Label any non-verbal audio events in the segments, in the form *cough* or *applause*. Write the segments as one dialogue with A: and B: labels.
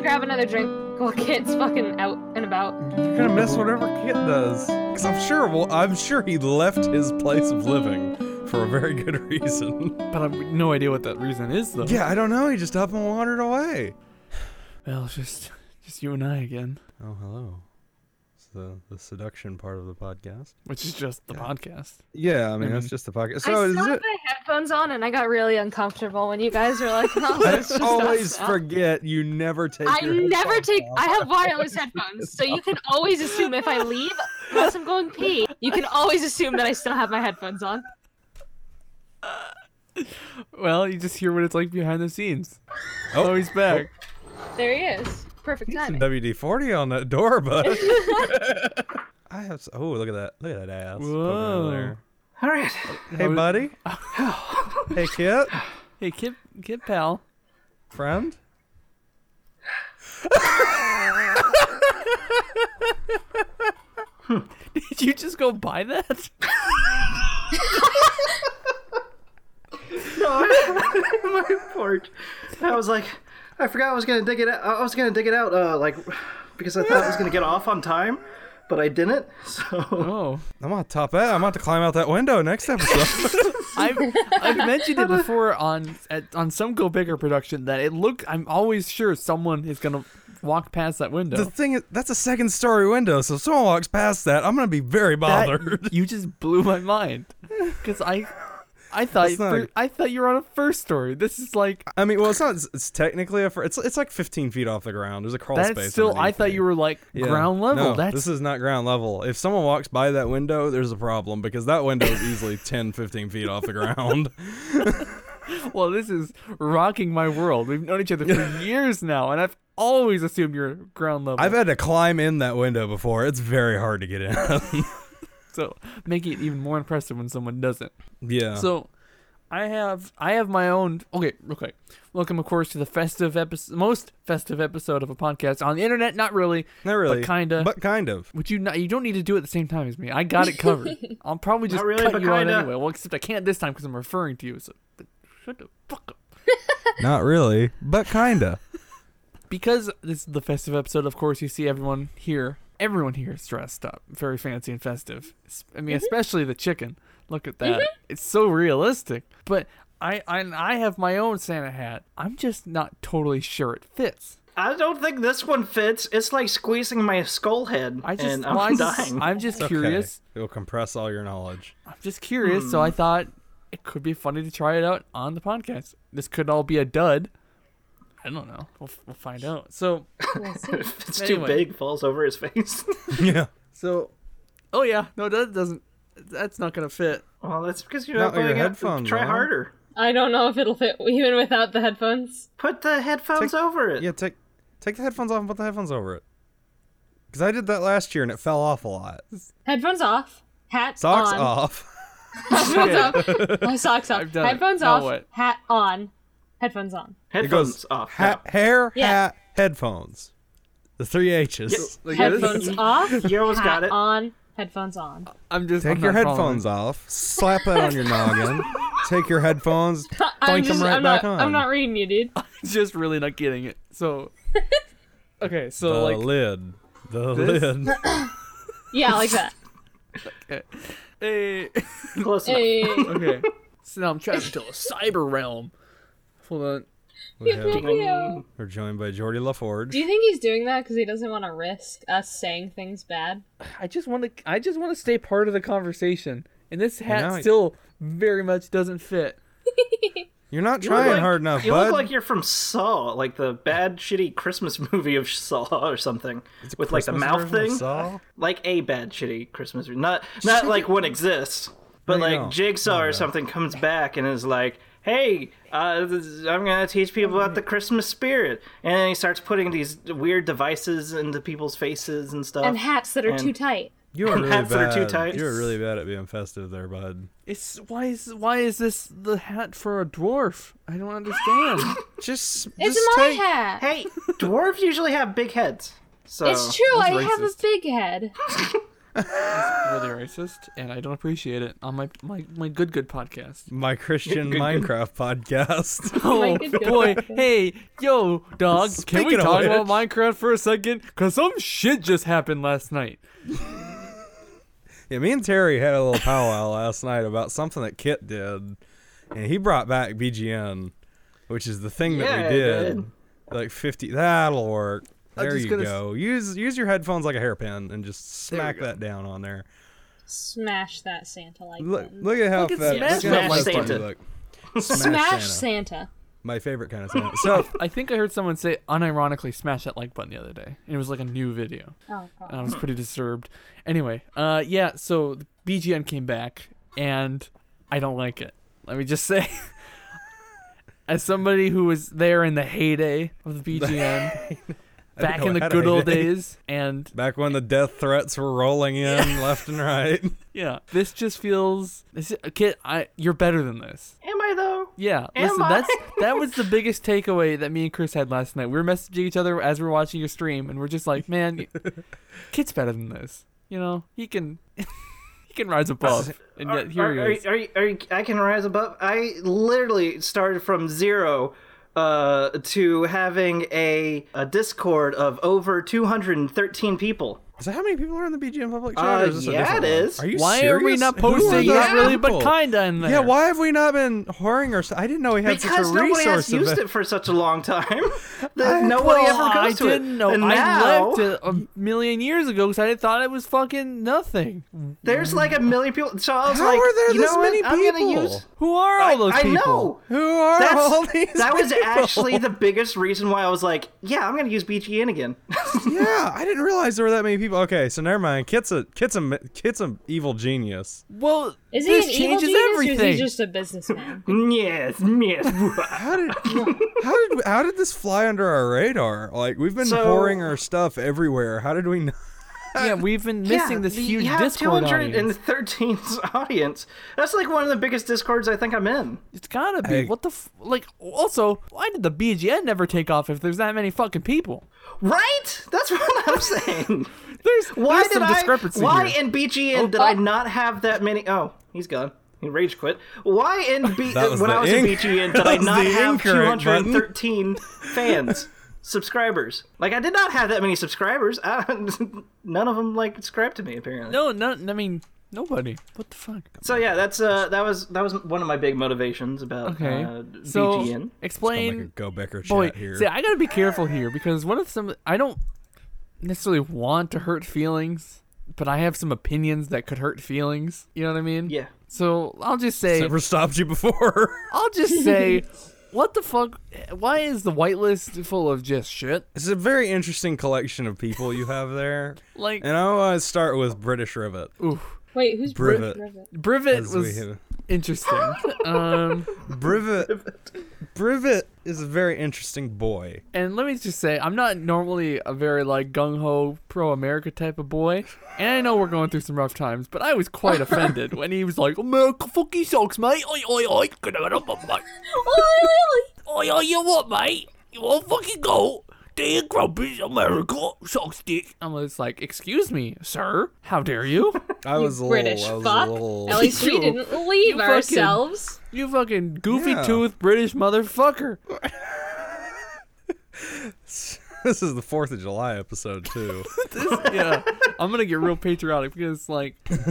A: grab another drink while *laughs* Kit's fucking out and about.
B: You're gonna miss whatever Kit does. Because I'm sure, well, I'm sure he left his place of living for a very good *laughs* reason.
C: But I've no idea what that reason is, though.
B: yeah, I don't know. He just up and wandered away.
C: Well, it's just, just you and I again,
B: Oh, hello. It's the the seduction part of the podcast.
C: which is just the podcast.
B: Yeah, I mean
C: I
B: that's
C: mean-
B: just the podcast.
A: I
B: So
A: still
B: is
A: have *laughs*
B: it?
A: my headphones on and I got really uncomfortable when you guys were like, *laughs* oh,
B: I
A: it's just
B: always
A: us now."
B: forget you never take.
A: I
B: your
A: never
B: headphones
A: take.
B: off.
A: I have wireless headphones, so you can always assume if I leave, unless I'm going pee, you can always assume that I still have my headphones on.
C: Well, you just hear what it's like behind the scenes.
B: Oh.
C: Oh, he's back.
A: There he is. Perfect
B: Some
A: timing.
B: WD forty on that
A: *laughs*
B: door, bud. I have. s oh, look at that! Look at that ass. poking out of there.
D: All right.
B: Hey, *laughs* buddy. hey, Kit.
C: Hey, Kid, Kid Pal.
B: Friend.
C: *laughs* Did you just go buy that?
D: No, I- *laughs* my porch. I was like, I forgot I was gonna dig it. Out. I was gonna dig it out, uh, like, because I thought I was gonna get off on time, but I didn't. *laughs*
C: *laughs*
D: So
C: Oh,
B: I'm on top of that. I'm about to climb out that window next episode.
C: I've, I've mentioned it before on at, on some Go Bigger production that it look. I'm always sure someone is gonna walk past that window.
B: the
C: *laughs*
B: thing is, that's a second story window, so if someone walks past that, I'm gonna be very
C: That-
B: bothered.
C: *laughs* you just blew my mind because I,
B: *laughs*
C: I thought
B: That's not
C: fir-
B: a-
C: I thought you were on a first story. This is like
B: I mean, well, it's not. It's, it's technically a. fir- It's it's like 15 feet off the ground. There's a crawl
C: that's
B: space.
C: still. I
B: underneath
C: thought
B: it.
C: you were like
B: Yeah.
C: ground level.
B: No,
C: that's
B: this is not ground level. If someone walks by that window, there's a problem because that window is easily 10, 15 feet off the ground.
C: *laughs* well. This is rocking my world. We've known each other
B: *laughs*
C: for years now, and I've always assumed you're ground level.
B: I've had to climb in that window before. It's very hard to get in.
C: so making it even more impressive when someone doesn't.
B: *laughs* yeah.
C: So I have I have my own okay, real quick. Welcome of course to the festive episode most festive episode of a podcast on the internet, not really.
B: not really.
C: But kinda
B: But kind of.
C: would you not you don't need to do it at the same time as me. I got it covered. I'll probably just
D: Not really,
C: cut
D: but
C: you out
D: kinda.
C: anyway. Well except I can't this time because I'm referring to you, so but shut the fuck up.
B: Not really. But kinda.
C: because this is the festive episode, of course, you see everyone here. Everyone here is dressed up, very fancy and festive. S- I
D: Mm-hmm.
C: mean, especially the chicken. Look at that; it's so realistic. But I, I, I have my own Santa hat. I'm just not totally sure it fits.
D: I don't think this one fits. It's like squeezing my skull head,
C: I just,
D: and I'm
C: well, I just-
D: dying.
C: I'm just
B: It's
C: curious.
B: Okay. It will compress all your knowledge.
C: I'm just curious. So
D: Hmm.
C: I thought it could be funny to try it out on the podcast. This could all be a dud. I don't know. We'll, we'll find out. So
D: if *laughs* it's too
C: anyway.
D: big, falls over his face. *laughs*
B: *laughs* Yeah.
C: so, oh yeah, no, that doesn't. That's not gonna fit.
D: well, that's because you're
B: Not
D: not
B: with your
D: putting
B: headphones
D: it. Try
B: on.
D: harder.
A: I don't know if it'll fit even without the headphones.
D: Put the headphones
B: Take-
D: over it.
B: Yeah, take take the headphones off and put the headphones over it. Cause I did that last year and it fell off a lot.
A: Headphones off. Hat
B: Socks
A: on.
D: *laughs*
B: off.
A: *laughs* Headphones off. My socks off.
C: I've done it.
A: Headphones
C: Now
A: off.
C: what?
A: Hat on. Headphones on.
B: It
D: Headphones
B: goes
D: off.
B: ha- hair,
A: Yeah.
B: hat, headphones. The three H's.
C: Like, yeah, this is-
D: *laughs*
A: Headphones off.
D: You always
A: hat
D: got it.
A: on. Headphones on.
C: I'm just
B: Take
C: I'm
B: your
C: not following.
B: headphones off. Slap that
D: *laughs*
B: on your noggin. Take your headphones.
A: I'm
B: Boink 'em
A: just.
B: right
A: I'm
B: back
A: not.
B: on.
A: I'm not reading you, dude.
C: Just really not getting it. *laughs* So okay, so
B: The
C: like
B: lid. The
C: This?
B: lid.
A: Yeah, like
B: *laughs*
A: that.
C: hey,
D: Close enough.
A: Hey.
C: eh, *laughs* okay. So now I'm trapped to a cyber realm. Hold on.
B: We have-
A: Leo.
B: *laughs* We're joined by Jordy LaForge.
A: Do you think he's doing that because he doesn't want to risk us saying things bad?
C: I just want to. I just want to stay part of the conversation, and this hat
B: know, I-
C: still very much doesn't fit.
B: You're not
D: You look
B: trying
D: like-
B: hard enough,
D: You
B: bud.
D: look like you're from Saw, like the bad, shitty Christmas *laughs* movie of Saw or something, with like the
B: Christmas
D: mouth
B: version of
D: thing, *laughs*
B: Saw?
D: like a bad, shitty Christmas movie. Not not like one exists, but
B: No,
D: like
B: no.
D: Jigsaw or something comes back and is like, "Hey, uh, this is- I'm gonna teach people about the Christmas spirit," and then he starts putting these weird devices into people's faces and stuff.
A: And hats that are too
D: And-
A: tight.
B: You were really
D: Hats that are
B: bad.
D: too tight.
B: You were really bad at being festive there, bud.
C: It's why is why is this the hat for a dwarf? I don't *laughs* understand.
B: Just,
A: It's
B: just
A: my
B: take-
A: hat.
D: hey, dwarves usually have big heads. So
A: it's true. I have a
C: racist.
A: big head.
C: really racist, and I don't appreciate it on my my, my good good podcast.
B: My
C: *laughs*
B: Christian Minecraft podcast. *laughs*
C: Oh
A: My good good
C: boy,
A: podcast.
C: hey, yo, dog, can we
B: Speaking of
C: talk
B: which-
C: about Minecraft for a second? Cause some shit just happened last night.
B: Yeah, me and Terry had a little powwow last night about something that Kit did, and he brought back BGN, which is the thing that
D: Yeah, I
B: we did.
D: did.
B: Like fifty, that'll work.
C: I'm
B: There
C: just
B: you
C: gonna s-
B: go. Use use your headphones like a hairpin and just
C: There we
B: smack
C: go.
B: that down on there.
A: Smash that Santa like
B: Look look at how
C: Look at
B: that
C: Smash
B: look at how
D: Smash
B: that's funny
D: Santa.
B: look.
A: Smash
B: Santa.
A: Santa.
B: My favorite kind of Santa. *laughs* So
C: I think I heard someone say unironically smash that like button the other day. and It was like a new video.
A: Oh god.
C: and I was pretty disturbed. Anyway, uh, yeah, so the BGN came back, and I don't like it. Let me just *laughs* say, as somebody who was there in the heyday of the
B: *laughs*
C: BGN, back
B: know
C: in
B: it
C: the
B: had a
C: good old
B: heyday.
C: days, and
B: back when the death threats were rolling in left and right.
C: yeah, this just feels. This, kid, I you're better than this.
D: Am I though?
C: Yeah,
D: Am
C: listen,
D: I?
C: that's that
D: *laughs*
C: was the biggest takeaway that me and Chris had last night. We were messaging each other as we were watching your stream, and we're just like, "Man,
D: *laughs*
C: Kit's better than this. You know, he can *laughs* he can rise above." And yet here
D: are,
C: he
D: are,
C: is.
D: Are, you- are you- I can rise above. I literally started from zero uh, to having a, a Discord of over 213 people.
B: Is that how many people are in the BGN public chat?
D: Uh,
B: or is this a
D: yeah,
B: different
D: it
B: one?
D: is.
B: Are you
C: why are we
B: serious?
C: not
B: Who are
C: posting
B: those
C: not really
B: people?
C: but kinda in there?
B: Yeah, why have we not been whoring or I didn't know we had
D: Because
B: such a
D: nobody
B: resource.
D: has used
B: event.
D: it for such a long *laughs* time. that nobody
C: Well,
D: ever
C: I
D: goes to
C: didn't
D: it.
C: know.
D: And
C: I
D: now,
C: left it a million years ago because I thought it was fucking nothing.
D: There's like a million people. So I was
B: How
D: like,
B: are there
D: you
B: this
D: know
B: many
D: what? I'm
B: people?
D: gonna use.
C: Who are all those
D: I
C: people?
D: know.
B: Who are
D: That's,
B: all these?
D: that was
B: people?
D: actually the biggest reason why I was like, yeah, I'm gonna use BGN again.
B: *laughs*
D: *laughs*
B: yeah. I didn't realize there were that many people. Okay, so never mind. Kit's a Kit's a Kit's an evil genius.
C: Well,
A: Is he
C: this
A: an evil
C: changes
A: genius
C: everything.
A: or is he just a businessman?
D: yes, yes.
B: How did how did how did this fly under our radar? Like we've been
D: So-
B: pouring our stuff everywhere. How did we? Not?
C: yeah, we've been missing this
D: you
C: huge
D: have
C: Discord audience.
D: 213 *laughs* audience. That's like one of the biggest discords I think I'm in.
C: It's gotta be.
B: Hey.
C: What the f- like? Also, why did the BGN never take off if there's that many fucking people?
D: Right? That's *laughs* what I'm saying.
C: There's
D: Why
C: there's
D: did
C: some
D: I?
C: discrepancy
D: why
C: here. Oh,
D: in BGN did I not have that many? Oh, he's gone. He rage quit. Why in B?
B: *laughs* That was
D: when
B: the
D: I was
B: inc-
D: in BGN did
B: that
D: I
B: was
D: not
B: the
D: have
B: incorrect button.
D: 213
B: *laughs*
D: fans? Subscribers, like I did not have that many subscribers. *laughs* I, none of them like subscribed to me apparently.
C: no, no. I mean, nobody. What the fuck?
D: So yeah, that's uh, that was that was one of my big motivations about
C: Okay.
D: uh,
C: so
D: BGN.
B: Make a
C: explain.
B: go Becker chat
C: Boy,
B: here.
C: see, I gotta be careful here because what if some? I don't necessarily want to hurt feelings, but I have some opinions that could hurt feelings. You know what I mean?
D: Yeah.
C: So I'll just say.
B: Never stopped you before. *laughs*
C: I'll just say. What the fuck? Why is the whitelist full of just shit?
B: it's a very interesting collection of people you have there.
C: Like,
B: And I want to start with British Rivet.
C: oof.
A: Wait, who's
B: Brivet.
A: Brivet?
B: *laughs*
A: Brivet?
C: Brivet
B: as we
C: was
B: have- *laughs*
C: interesting. um,
B: Brivet. Brivet is a very interesting boy.
C: and let me just say, I'm not normally a very like gung ho pro America type of boy, and I know we're going through some rough times, but I
B: *laughs*
C: was quite offended when he was like, "America fucking sucks, mate." Oi, oi, oi, get out of my mate. Oi, oi, you what, mate? You want fucking go? Dear grumpy America sucks dick. I was like, "Excuse me, sir. How dare you?
B: I was a
A: British
B: little, I
A: fuck.
B: was A little... *laughs*
A: At least we
C: You-
A: didn't leave
C: fucking-
A: ourselves.
C: You fucking goofy
B: Yeah.
C: tooth British motherfucker."
B: This is the Fourth of July episode too.
C: yeah, *laughs* I'm gonna get real patriotic because like
B: you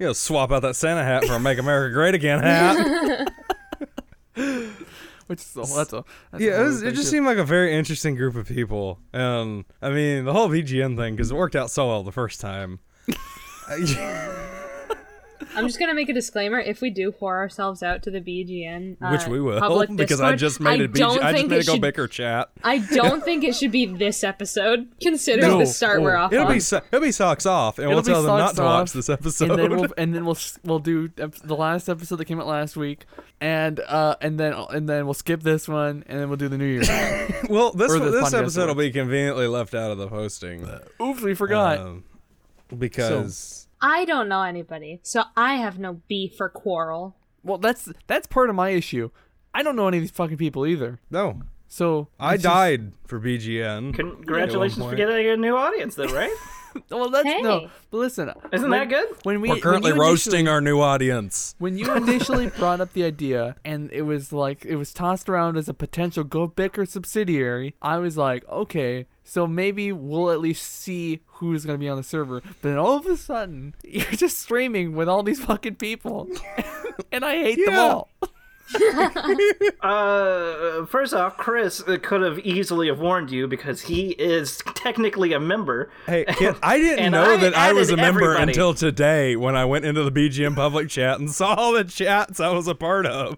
B: know, swap out that Santa hat for a "Make America Great *laughs* Again" hat.
C: Which is a, that's a that's
B: yeah,
C: a
B: it, was,
C: whole
B: it just
C: thing,
B: seemed like a very interesting group of people. Um, I mean, the whole VGN thing because it worked out so well the first *laughs* time. Uh,
A: I'm just gonna make a disclaimer. If we do whore ourselves out to the BGN, uh,
B: Which we will
A: public
B: *laughs* because I
A: Discord,
B: just made
A: I
B: a BG,
A: don't
B: I just
A: think
B: made
A: it
B: a go
A: should-
B: Baker chat. *laughs*
A: I don't think it should be this episode, considering
C: No.
A: the start we're off
B: It'll
A: on.
B: be so- it'll be socks off, and
C: It'll
B: we'll
C: be
B: tell them not
C: socks
B: to
C: off,
B: watch this episode. *laughs*
C: And then we'll and then we'll s- we'll do ep- the last episode that came out last week, and uh and then and then we'll skip this one, and then we'll do the New Year's.
B: *laughs* Well, this
C: Or
B: one-
C: the
B: this
C: podcast
B: episode will be conveniently left out of the posting
C: Oops, we forgot.
B: um, because
A: I don't know anybody, so I have no beef or quarrel.
C: well, that's that's part of my issue. I don't know any of these fucking people either.
B: no,
C: So
B: I
C: it's just-
B: died for BGN.
D: Congratulations
B: At one
D: for
B: point. *laughs*
D: getting a new audience, then, right?
C: well, that's no.
A: Hey.
C: But listen,
D: Isn't
C: when-
D: that good?
C: When we
B: We're currently
C: when you initially-
B: roasting our new audience.
C: When you initially brought up the idea and it was like it was tossed around as a potential Go Bicker subsidiary, I was like, okay, so maybe we'll at least see who's gonna be on the server. But then all of a sudden, *laughs* you're just streaming with all these fucking people, *laughs* and I hate them
B: Yeah.
C: all. *laughs*
D: Uh, first off, Chris uh, could have easily have warned you because he is technically a member.
B: Hey, kid, I didn't
D: *laughs* And
B: know
D: I
B: that I was a
D: added
B: member
D: everybody.
B: until today when I went into the BGM public chat and saw all the chats I was a part of.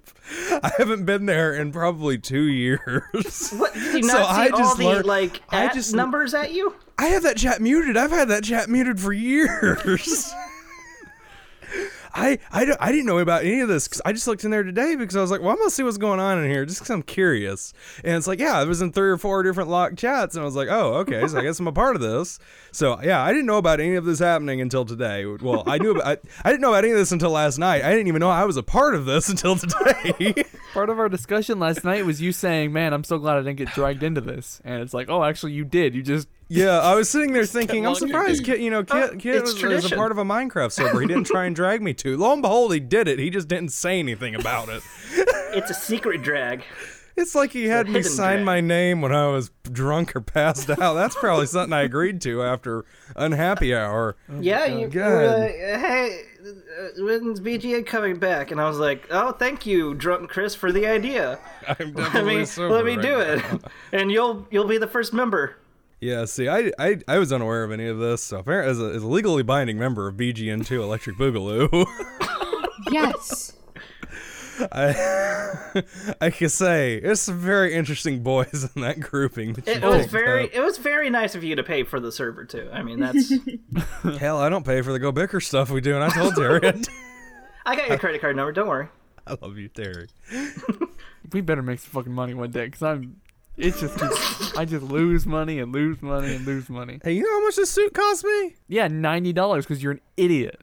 B: I haven't been there in probably two years.
D: What? Did you
B: So
D: not see
B: I
D: all
B: just
D: the
B: learned-
D: like
B: I
D: at
B: just-
D: numbers at you?
B: I have that chat muted. I've had that chat muted for years. I, I, don't- I didn't know about any of this 'cause I just looked in there today because I was like, well, I'm going to see what's going on in here just because I'm curious. And it's like, yeah, it was in three or four different locked chats. And I was like, oh, okay. So I guess I'm a part of this. So, yeah, I didn't know about any of this happening until today. Well, I knew about, I, I didn't know about any of this until last night. I didn't even know I was a part of this *laughs* until today.
C: Part of our discussion last night was you saying, "Man, I'm so glad I didn't get dragged into this," and it's like, "Oh, actually, you did. You just
B: Yeah, I was sitting there thinking, I'm
C: longer,
B: surprised, Kit. You know, Kit, Kit
D: it's
B: was, was a
D: tradition.
B: part of a Minecraft server. He didn't try and drag me to. Lo and behold, he did it. He just didn't say anything about it.
D: It's a secret drag.
B: It's like he had me
D: hidden
B: sign
D: drag.
B: my name when I was drunk or passed out. That's probably something I agreed to after unhappy hour.
D: *laughs*
B: *laughs*
D: yeah, you
B: Oh God.
D: were like, hey, uh, when's BGA coming back? And I was like, oh, thank you, drunk Chris, for the idea.
B: I'm
D: Let
B: definitely
D: me
B: sober
D: let me
B: right
D: do
B: now. *laughs*
D: it, and you'll you'll be the first member.
B: Yeah, see, I, I I was unaware of any of this. So apparently, as a, as a legally binding member of BGN2 Electric Boogaloo. *laughs*
A: Yes.
B: I I can say it's some very interesting boys in that grouping. that
D: It
B: you
D: was
B: picked
D: very
B: up.
D: it was very nice of you to pay for the server too.
B: *laughs*
D: I mean, that's
B: Hell, I don't pay for the Go Bicker stuff we do, and I told Terry. I do.
D: I
C: Uh,
D: got your credit card number. Don't worry.
B: I love you, Terry.
C: we better make some fucking money one day because I'm." It's just keeps- I just lose money and lose money and lose money.
B: Hey, you know how much this suit cost me?
C: Yeah, ninety dollars because you're an idiot.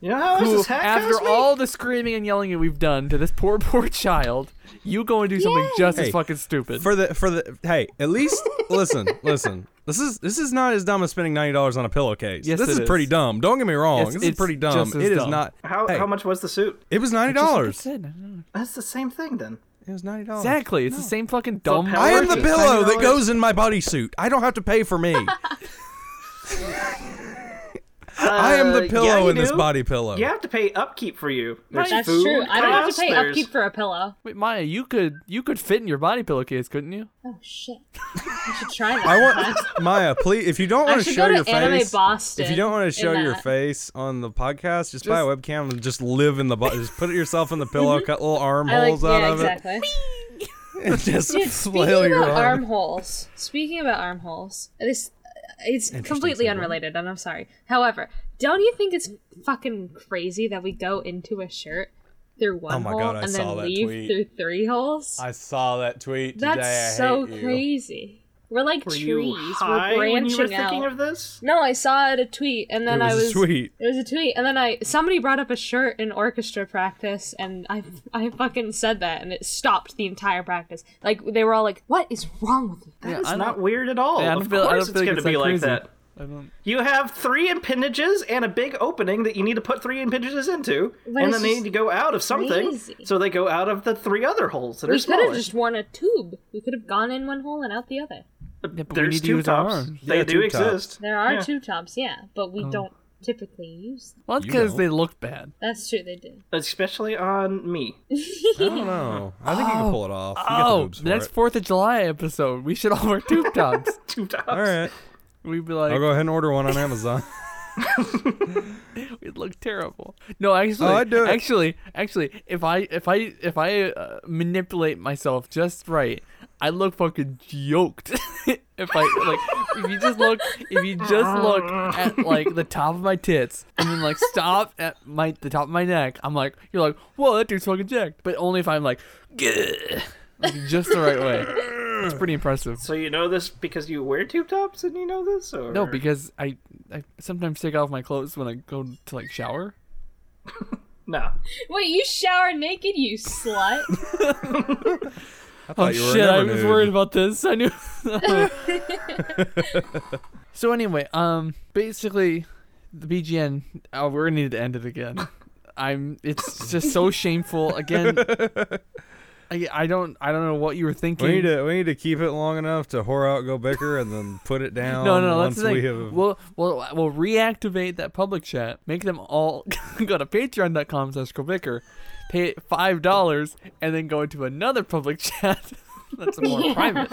D: You know how much
C: Who,
D: this hat
C: after
D: cost me?
C: all the screaming and yelling that we've done to this poor, *laughs* poor child, you go and do something just as
B: Hey,
C: fucking stupid.
B: For the for the hey, at least listen, listen. This is this is not as dumb as spending ninety dollars on a pillowcase.
C: Yes,
B: this
C: it
B: is
C: is.
B: pretty dumb. Don't get me wrong.
C: Yes,
B: this is
C: it's
B: pretty dumb.
C: just as
B: It is
C: dumb.
B: not.
D: How
B: hey,
D: how much was the suit?
B: It was ninety
C: Just like I
B: dollars.
C: said, I don't know.
D: That's the same thing then.
B: It was ninety dollars.
C: Exactly. It's the same fucking dumb.
D: Fuck
B: I am the
D: $90.
B: pillow that goes in my bodysuit. I don't have to pay for me. I am
D: Uh,
B: the
D: yeah,
B: pillow
D: you
B: in this
D: do.
B: body pillow.
D: You have to pay upkeep for you. There's
A: That's
D: food
A: true. I don't have to
D: costs,
A: pay
D: there's-
A: upkeep for a pillow.
C: Wait, Maya, you could you could fit in your body pillowcase, couldn't you?
A: Oh shit. I should
B: *laughs*
A: try that.
B: I
A: sometime.
B: want Maya, please. If you don't
A: I
B: want to
A: should
B: show
A: go to
B: your
A: Anime
B: face,
A: Boston
B: if you don't want
A: in
B: to show your
A: that.
B: face on the podcast, just, buy a webcam and just live in the bo- just put yourself in the pillow,
C: Mm-hmm.
B: cut little
A: I like,
B: armholes out
A: yeah,
B: of
A: exactly.
B: it, and *laughs* just
A: Dude,
B: flail
A: speaking
B: your
A: about
B: arm.
A: armholes, speaking about armholes, this it's
B: Interesting
A: completely
B: segue.
A: unrelated, and I'm sorry. However, don't you think it's fucking crazy that we go into a shirt through one
B: Oh my
A: hole
B: God, I
A: and
B: saw
A: then
B: that
A: leave
B: tweet.
A: through three holes?
B: I saw that tweet today.
A: That's
B: I
A: so
B: hate you.
A: crazy. We're like
D: Were you
A: trees.
D: high
A: We're
D: when you were
A: branching out.
D: thinking of this?
A: no, I saw it a tweet, and then
B: It
A: I
B: was a
A: was
B: tweet.
A: It was a tweet, and then I somebody brought up a shirt in orchestra practice, and I I fucking said that, and it stopped the entire practice. Like they were all like, "What is wrong with you?"
C: Yeah,
D: That's
C: I
D: not
C: don't-
D: weird at all.
C: yeah, I don't
D: Oh, of
C: feel- I
D: course
C: don't
D: it's
C: feel like
D: gonna
C: it's
D: be
C: that
D: like
C: crazy.
D: that.
C: I don't.
D: You have three appendages and a big opening that you need to put three appendages into,
A: it's
D: and then they
A: just
D: need to go out of something.
A: crazy.
D: So they go out of the three other holes that are
A: We could
D: smaller.
A: have just worn a tube. We could have gone in one hole and out the other.
C: Yeah, but we
D: There's
C: need to
D: two
C: use our
D: tops.
C: arms.
D: They
B: Yeah,
D: do
B: tube tops.
D: exist.
A: There are
D: Yeah.
A: tube tops, yeah, but we don't typically use. Them.
C: Well, that's
B: You
C: because
B: know.
C: they look bad.
A: That's true. They do.
D: especially on me. *laughs*
B: I don't know. I think you can pull it off. You got the
C: Oh,
B: boobs for
C: next
B: it.
C: Fourth of July episode, we should all
B: *laughs*
C: wear tube tops.
D: Two tops.
B: All right,
C: We'd be
B: I'll
C: like,
B: go ahead and order one on Amazon. *laughs*
C: It looked terrible. No, actually,
B: Oh, I'd do it.
C: actually, actually, if I if I if I uh, manipulate myself just right, I look fucking yoked. *laughs* if I like, if you just look, if you just look at like the top of my tits and then like stop at my the top of my neck, I'm like, you're like, whoa, that dude's fucking jacked. But only if I'm like, "Gah," like just the right way. It's pretty impressive.
D: So you know this because you wear tube tops and you know this, or
C: No, because I I sometimes take off my clothes when I go to like shower.
D: no.
A: Wait, you shower naked, you slut!
B: I thought
C: Oh
B: you were
C: shit!
B: never
C: I was
B: nude.
C: worried about this. I knew. *laughs* So anyway, um, basically, the BGN. Oh, we're gonna need to end it again. I'm. It's just so shameful.
B: *laughs*
C: Again, I, I don't. I don't know what you were thinking.
B: We need to we need to keep it long enough to whore out, go bicker, and then put it down.
C: no, no, no. That's
B: um, Once
C: the thing.
B: we have
C: We'll, we'll, we'll reactivate that public chat. Make them all *laughs* go to patreon.com slash Kobicker, pay it $5, and then go into another public *laughs* chat. That's more private.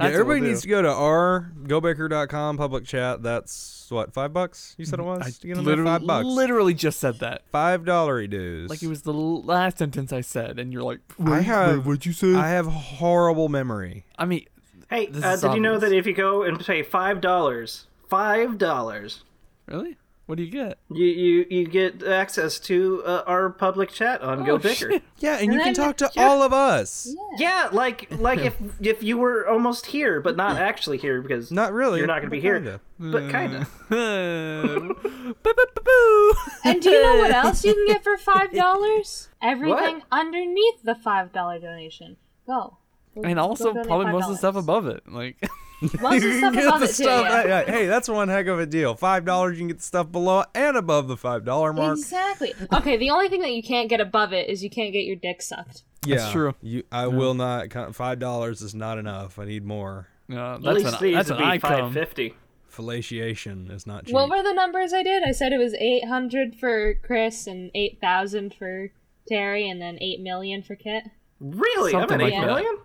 C: That's
B: yeah,
C: what we'll
B: everybody
C: do.
B: needs to go to r gobaker.com public chat. That's what five bucks you said it was
C: Mm,
B: to
C: I
B: get in there?
C: literally,
B: five bucks,
C: literally just said that.
B: five dollary dues.
C: Like it was the l- last sentence I said, and you're like,
B: I
C: "Wait,
B: have
C: wait, what'd you say?"
B: I
C: I,
B: have horrible memory.
C: mean,
D: Hey,
C: This
D: uh,
C: is
D: did you know
C: obvious.
D: that if you go and pay five dollars, five dollars,
C: really? What do you
D: *laughs*
C: get? *laughs*
D: you, you you get access to uh, our public chat on Go
C: Oh,
D: Bicker.
C: shit.
B: Yeah, and, you can
A: then-
B: talk to
A: yeah.
B: all of us.
D: Yeah, like
C: *laughs*
D: like if if you were almost here but not actually here because
B: Not really.
D: you're not going to be
B: but
D: here,
B: kinda.
D: but kind of.
C: Boo, boo, boo, boo.
A: And do you know what else you can get for five dollars? Everything
D: What?
A: underneath the five dollar donation. Go. Go-
C: And
A: go
C: also
A: donate
C: probably most of the
A: $5.
C: stuff above it. Like, *laughs*
A: Most of the
B: You
A: stuff
B: can get
A: above
B: the
A: it too,
B: stuff.
A: yeah.
B: hey, uh, hey, hey, that's one heck of a deal. Five dollars, you can get the stuff below and above the five dollar
A: *laughs*
B: mark.
A: Exactly. Okay, the only thing that you can't get above it is you can't get your dick sucked.
B: Yeah,
C: That's true.
B: You, I will not. con- Five dollars is not enough. I need more.
C: uh,
D: At
C: that's
D: least
C: an,
D: these
C: that's an
D: would be five
C: icon.
D: fifty.
B: Fellatiation is not cheap.
A: What were the numbers I did? I said it was 800 for Chris and 8,000 for Terry and then 8 million for Kit.
D: Really,
C: Something
D: I'm at
C: like
D: eight
A: that.
D: million.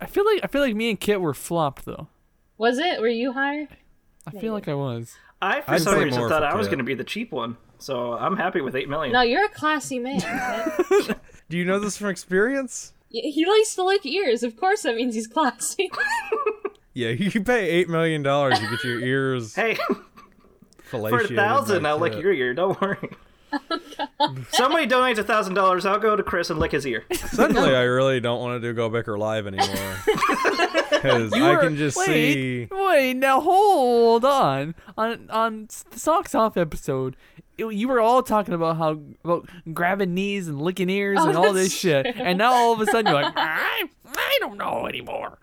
C: I feel like I feel like me and Kit were flopped though.
A: Was it? Were you higher?
C: I feel like I was.
D: I for
B: I'd
D: some
B: pay
D: reason
B: more
D: thought
B: for
D: I was
B: Ted.
D: going to be the cheap one, so I'm happy with eight million.
A: No, you're a classy man. *laughs* Kit.
B: Do you know this from experience?
A: Y- he likes to lick ears. Of course, that means he's classy. *laughs*
B: Yeah, *laughs* you can pay eight million dollars to get your ears
D: Hey, *laughs* for a
B: fellatiated.
D: thousand,
B: like
D: I'll lick
B: that.
D: your ear. Don't worry. Somebody donates a thousand dollars. I'll go to Chris and lick his ear.
B: Suddenly, I really don't want to do Go Bicker Live anymore because I can just
C: wait,
B: see.
C: Wait, now hold on. On on s- the socks off episode, it- you were all talking about how about grabbing knees and licking ears
A: Oh,
C: and all
A: that's
C: this shit, and now all of a sudden
A: *laughs*
C: you're like, I I don't know anymore.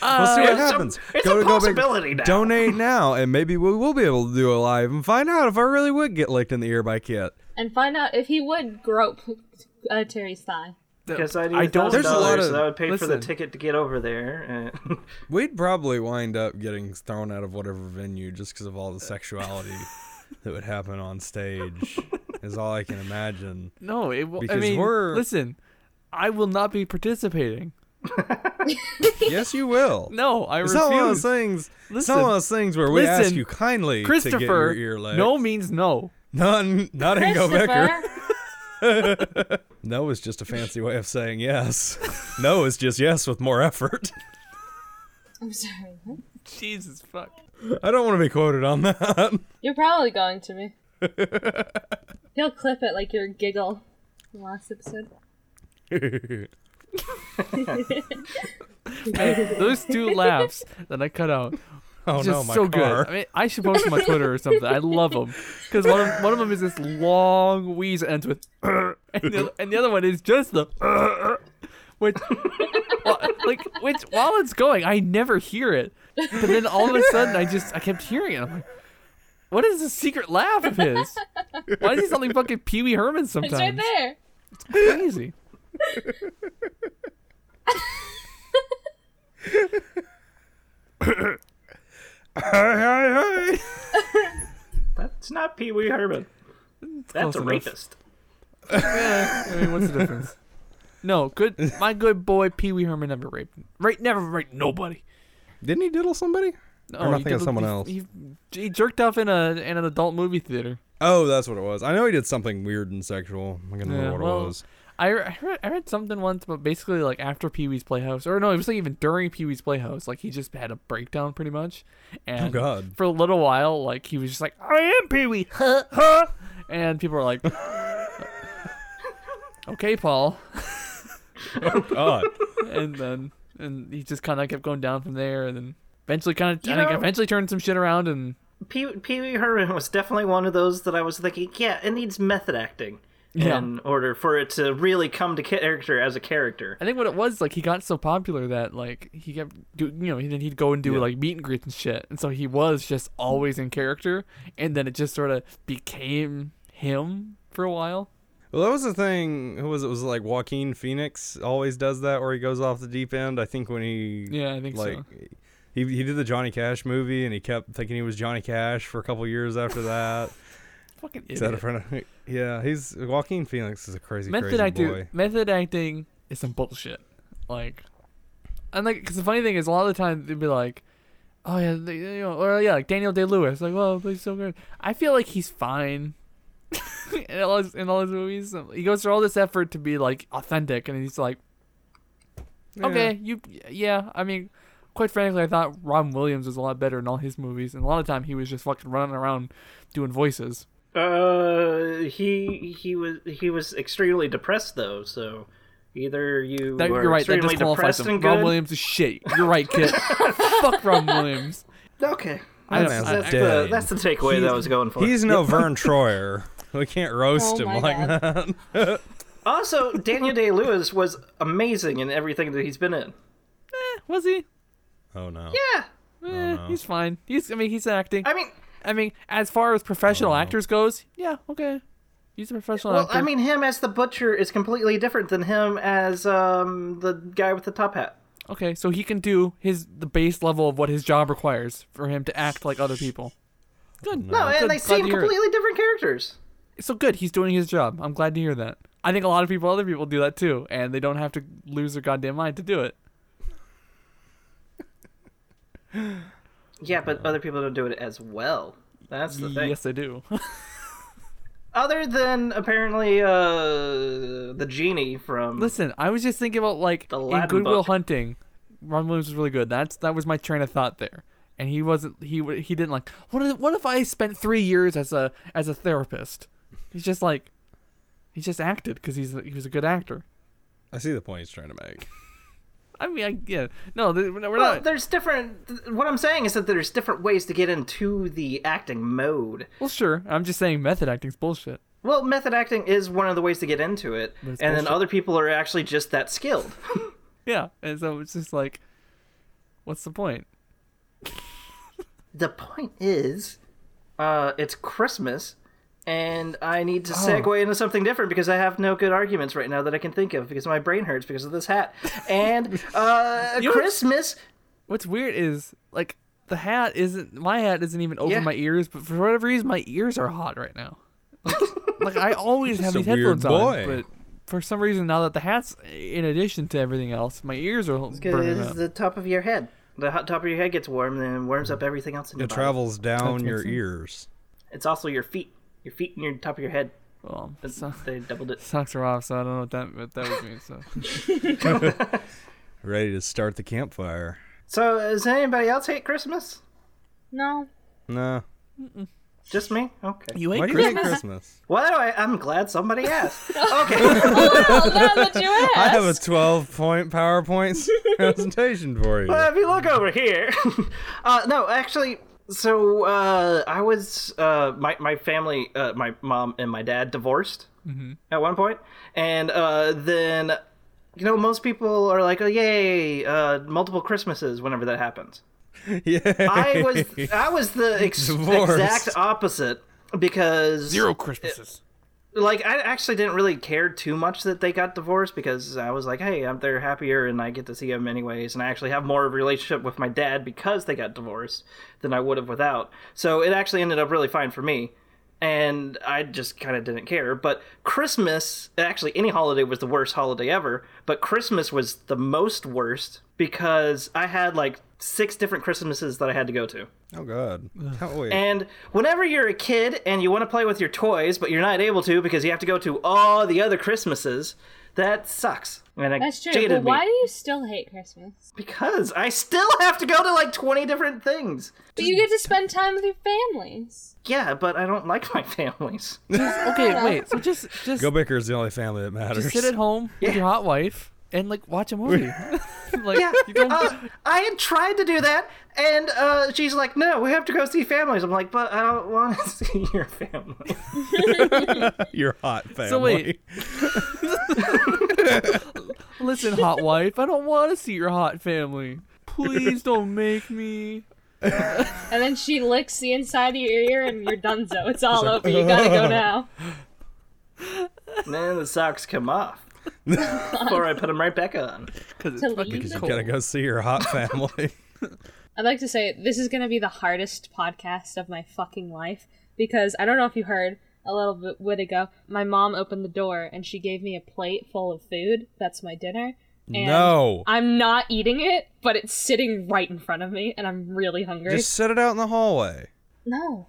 B: We'll see what
D: It's a-
B: happens.
D: it's a
B: Go to Go Bicker-
D: possibility now.
B: Donate now, and maybe we will be able to do a live and find out if I really would get licked in the ear by Kit.
A: and find out if he would grope uh, Terry's thigh.
D: Because I need
C: I
D: I
C: don't-
D: don't.
B: There's a lot of-
D: so I would pay for
C: listen.
D: the ticket to get over there. And *laughs*
B: We'd probably wind up getting thrown out of whatever venue just because of all the sexuality that would happen on stage. Is all I can imagine.
C: No, it will. I
B: Because
C: mean,
B: we're-
C: listen, I will not be participating.
B: Yes, you will.
C: No, I
B: it's not
C: refuse.
B: one of those things. it's not
C: Listen.
B: one of those things where we ask
C: Listen,
B: you kindly to get your
C: Christopher,
B: ear licked.
C: no means no.
B: none, not in Gobecker.
A: Christopher,
B: No is just a fancy way of saying yes. no is just yes with more effort.
A: *laughs*
B: *laughs*
A: I'm sorry. what?
C: Jesus fuck.
B: I don't want to be quoted on that. *laughs*
A: You're probably going to me. He'll clip it like your giggle from last episode.
C: Those two laughs that I cut out
B: oh
C: just
B: no, my
C: so
B: car.
C: good. I mean, I should post them on Twitter or something. I love them because one of one of them is this long wheeze that ends with, *laughs* "Urgh," and the, and the other one is just the, *laughs* "Urgh," which, wa- like, which while it's going, I never hear it, but then all of a sudden, I just I kept hearing it. I'm like, what is this secret laugh of his? Why does he sound like fucking Pee Wee Herman
A: It's right
C: sometimes?
A: there.
C: Crazy.
B: *laughs* Hey, hey, hey.
D: that's not Pee Wee Herman.
C: close
D: That's a
C: enough.
D: rapist.
C: I mean, what's the difference? No, good. My good boy Pee Wee Herman never raped, right? Never raped nobody.
B: Didn't he diddle somebody?
C: No,
B: I'm not
C: he
B: thinking of
C: Oh, did-
B: someone
C: he-
B: else.
C: He, he jerked off in a in an adult movie theater.
B: Oh, that's what it was. I know he did something weird and sexual. I can't remember
C: Yeah,
B: what
C: well,
B: it was.
C: I re- I read, I read something once, but basically like after Pee Wee's Playhouse, or no, it was like even during Pee Wee's Playhouse, like he just had a breakdown pretty much, and
B: Oh, God.
C: for a little while, like he was just like, I am Pee Wee, huh, huh, and people were like,
B: *laughs*
C: okay, Paul,
B: Oh God. *laughs*
C: and then and he just kind of kept going down from there, and then eventually kind of
D: You
C: I think
D: know-
C: eventually turned some shit around, and
D: Pee Pee Wee Herman was definitely one of those that I was thinking, yeah, it needs method acting.
C: Yeah.
D: in order for it to really come to character as a character.
C: I think what it was like he got so popular that like he kept do, you know then he'd go and do like meet and greets and shit, and so he was just always in character, and then it just sort of became him for a while.
B: Well, that was the thing. Who was it? Was it like Joaquin Phoenix always does that, where he goes off the deep end? I think when he
C: Yeah, I think
B: like
C: so.
B: he he did the Johnny Cash movie, and he kept thinking he was Johnny Cash for a couple years after that.
C: Fucking
B: Is
C: idiot.
B: that a friend? Of, *laughs* yeah, he's Joaquin Phoenix is a crazy
C: method
B: crazy
C: acting, *laughs*
B: boy.
C: method acting is some bullshit. Like, and like, because the funny thing is, a lot of the time they'd be like, "Oh yeah, they, you know," or yeah, like Daniel Day Lewis, like, "Whoa, he's so good." I feel like he's fine. *laughs* in all his in all his movies, he goes through all this effort to be like authentic, and he's like, "Okay, you, yeah." I mean, quite frankly, I thought Ron Williams was a lot better in all his movies, and a lot of time he was just fucking running around doing voices.
D: Uh, he he was he was extremely depressed though, so either you
C: That,
D: were
C: you're right. That
D: extremely
C: disqualifies
D: depressed
C: him.
D: and good.
C: Ron Williams is shit. You're right, kid.
D: *laughs*
C: Fuck Ron Williams.
D: Okay,
C: I
B: man's
C: I-
D: that's the
B: dead.
D: that's the takeaway that I was going for.
B: He's no
C: *laughs*
B: Vern Troyer. We can't roast
A: Oh
B: him
A: my
B: like
A: God.
B: that. *laughs*
C: *laughs*
D: Also, Daniel Day Lewis was amazing in everything that he's been in.
C: Was he?
B: Oh no.
D: Yeah,
C: Eh, he's fine. He's. I mean, he's acting.
D: I mean,
C: I mean, as far as professional actors goes, yeah, okay. He's a professional
D: well,
C: actor.
D: I mean, him as the butcher is completely different than him as um the guy with the top hat.
C: okay, so he can do his the base level of what his job requires for him to act like other people. Good.
D: No, Oh, and
C: Good-
D: they
C: glad
D: seem
C: to hear it.
D: completely different characters.
C: So good. He's doing his job. I'm glad to hear that. I think a lot of people, other people, do that too, and they don't have to lose their goddamn mind to do it.
D: Yeah, but other people don't do it as well. That's the thing.
C: Yes, they do. *laughs*
D: Other than apparently uh the genie from
C: Listen, I was just thinking about like
D: The
C: in
D: Aladdin
C: Goodwill
D: book.
C: Hunting, Ron Williams was really good. That's that was my train of thought there, and he wasn't he w- he didn't like what if, what if I spent three years as a as a therapist? He's just like he just acted because he's he was a good actor.
B: I see the point he's trying to
C: *laughs*
B: make.
C: I mean, I, yeah, no, th- we're not.
D: Well, there's different. th- What I'm saying is that there's different ways to get into the acting mode.
C: well, sure. I'm just saying method acting's bullshit.
D: Well, method acting is one of the ways to get into it, and
C: it's
D: then
C: bullshit.
D: other people are actually just that skilled. *gasps*
C: Yeah, and so it's just like, what's the point?
D: the point is, uh, it's Christmas, and I need to segue into something different because I have no good arguments right now that I can think of because my brain hurts because of this hat and uh,
C: know what's-
D: Christmas.
C: What's weird is like the hat isn't my hat isn't even over
D: Yeah.
C: my ears, but for whatever reason my ears are hot right now. *laughs* Like, like, I always have
B: Just a
C: these
B: weird
C: headphones
B: boy.
C: on, but for some reason now that the hat's in addition to everything else, my ears are burning
D: Because
C: up.
D: the top of your head, the hot top of your head gets warm, and then warms up everything else in your
B: It
D: body.
B: travels down your
C: sense.
B: ears.
D: It's also your feet, your feet and your top of your head.
C: Well,
D: That's-
C: so,
D: They doubled it.
C: socks are off, so I don't know what that what that would mean. So
B: Ready to start the campfire.
D: *laughs* So, does anybody else hate Christmas?
A: No.
B: No.
D: Just me? Okay.
C: *laughs* you
B: Why do you hate Christmas?
D: *laughs* Well, anyway, I'm glad somebody *laughs* asked.
A: Oh, now that you ask.
B: *laughs* I have a 12 point PowerPoint presentation for you.
D: Uh,
B: *laughs*
D: if you look over here, *laughs* uh, no, actually, so uh, I was uh, my my family, uh, my mom and my dad divorced at one point, and uh, then you know most people are like, oh yay, uh, multiple Christmases whenever that happens.
B: Yeah.
D: I was I was the ex-
B: Divorced.
D: exact opposite because
C: zero Christmases.
D: like I actually didn't really care too much that they got divorced because I was like, hey, I'm they're happier and I get to see them anyways, and I actually have more of a relationship with my dad because they got divorced than I would have without. So it actually ended up really fine for me, and I just kind of didn't care. But Christmas, actually, any holiday was the worst holiday ever, but Christmas was the most worst because I had like six different Christmases that I had to go to.
B: *laughs* oh, God. Can't wait.
D: And whenever you're a kid and you want to play with your toys, but you're not able to because you have to go to all the other Christmases, that sucks. And it
A: That's true.
D: jaded
A: Well,
D: me
A: why do you still hate Christmas?
D: because I still *laughs* have to go to like 20 different things.
A: But you get to spend time with your families.
D: Yeah, but I don't like my *laughs* families.
C: Okay, wait. So *laughs* just just
B: Go Baker's the only family that matters.
C: just sit at home with your hot wife and like watch a movie. *laughs* like
D: Yeah.
C: you don't.
D: Uh, *laughs* I had tried to do that, and uh, she's like, "No, we have to go see families." I'm like, "But I don't want to *laughs* see your family."
B: *laughs*
D: *laughs*
B: Your hot family. *laughs*
C: So wait. Listen, hot wife, I don't want to see your hot family. *laughs* Please don't make me.
A: And then she licks the inside of your ear, and you're donezo. It's all over. You gotta
B: *laughs*
A: go now.
D: And then the socks come off before I put them right back on.
C: Because
A: To leave
C: it's fucking
A: the
B: You
C: cold.
B: gotta go see your hot family.
A: I'd like to say this is going to be the hardest podcast of my fucking life because I don't know if you heard a little bit bit ago, my mom opened the door and she gave me a plate full of food. That's my dinner. And
B: No.
A: I'm not eating it, but it's sitting right in front of me and I'm really hungry.
B: Just set it out in the hallway.
A: No,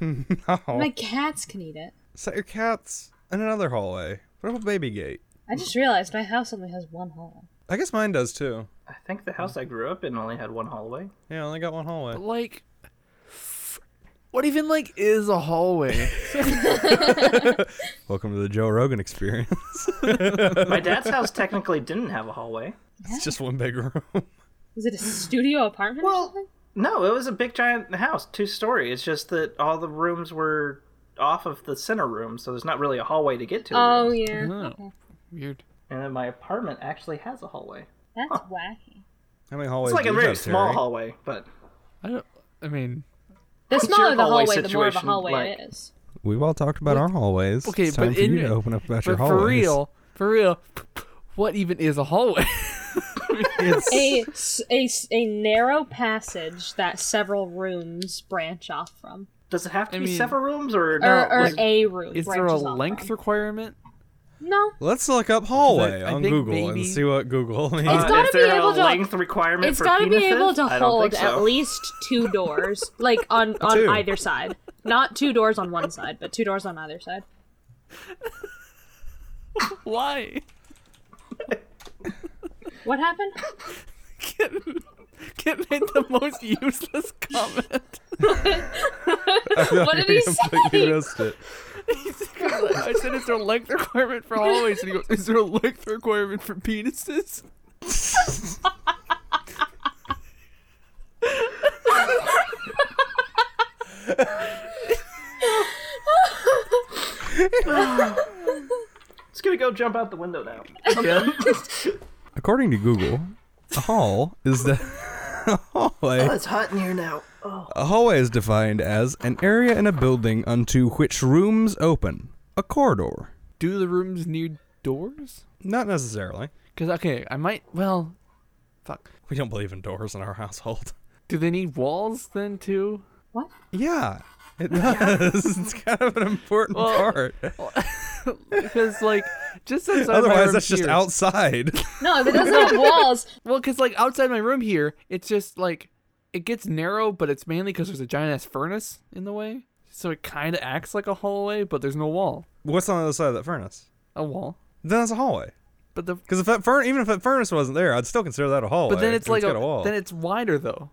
B: No. *laughs*
A: my cats can eat it.
B: Set your cats in another hallway. What about baby gate?
A: I just realized my house only has one hallway.
B: I guess mine does too.
D: I think the house I grew up in only had one hallway.
B: Yeah, I only got one hallway.
C: But, like, what even like is a hallway?
B: Welcome to the Joe Rogan experience. *laughs*
D: My dad's house technically didn't have a hallway.
B: it's just one big room.
A: Is
D: *gasps*
A: it a studio apartment? or
D: Well,
A: something?
D: no, it was a big giant house, two story. It's just that all the rooms were off of the center room, so there's not really a hallway to get to. the
A: oh
D: rooms.
A: yeah.
C: Oh.
A: Okay.
C: Weird.
A: Oh.
D: And then my apartment actually has a hallway.
A: That's wacky.
B: How many hallways?
D: It's like
B: do
D: a
B: you
D: very
B: have,
D: small
B: Terry?
D: hallway, but
C: I don't. I mean,
A: The smaller the
D: hallway
A: hallway, the more of a
D: situation
A: hallway
D: like?
A: it is.
B: We've all talked about our hallways.
C: okay,
B: it's time
C: but
B: for you
C: in-
B: to open up about your
C: but
B: hallways.
C: for real, for real, what even is a hallway? *laughs*
B: It's-
A: a, s- a, s- a narrow passage that several rooms branch off from.
D: does it have to
C: I
D: be
C: mean-
D: several rooms or
A: Or,
D: no?
A: or
D: like-
A: a room.
C: Is there a
A: branches off
C: length
A: From.
C: requirement?
A: No.
B: Let's look up hallway
C: I- I
B: on
C: think
B: Google
C: maybe-
B: and see what Google *laughs* means.
A: It's gotta
D: uh, is
A: be
D: there
A: able
D: a
A: to-
D: length requirement
A: It's
D: for
A: got to be
D: penises?
A: able to
D: I don't
A: hold
D: think so.
A: at least two doors, like on, on
B: Two.
A: either side. Not two doors on one side, but two doors on either side.
C: Why? *laughs*
A: What happened?
C: Get, get made the most useless comment.
A: What did he
B: completely
A: say?
B: missed it.
C: I said, is there a length requirement for hallways? And he goes, is there a length requirement for penises?
D: It's gonna go jump out the window now. *laughs*
B: According to Google, a hall is the a hallway.
D: it's hot in here now. Oh.
B: A hallway is defined as an area in a building unto which rooms open, a corridor.
C: Do the rooms need doors?
B: Not necessarily.
C: Because, okay, I might, well, fuck.
B: We don't believe in doors in our household.
C: Do they need walls then, too?
A: What?
B: Yeah, it does. *laughs* it's kind of an important
C: Well,
B: part.
C: Because, like, just outside my
B: Otherwise,
C: room
B: that's just
C: here-
B: outside. *laughs*
A: No, if it doesn't have walls,
C: Well, because, like, outside my room here, it's just, like, it gets narrow, but it's mainly because there's a giant ass furnace in the way. So it kind of acts like a hallway, but there's no wall.
B: What's on the other side of that furnace?
C: A wall.
B: Then that's a hallway.
C: But the
B: Because if that furn- even if that furnace wasn't there, I'd still consider that a hallway.
C: But then it's
B: if
C: like
B: got
C: a,
B: a wall.
C: then it's wider though.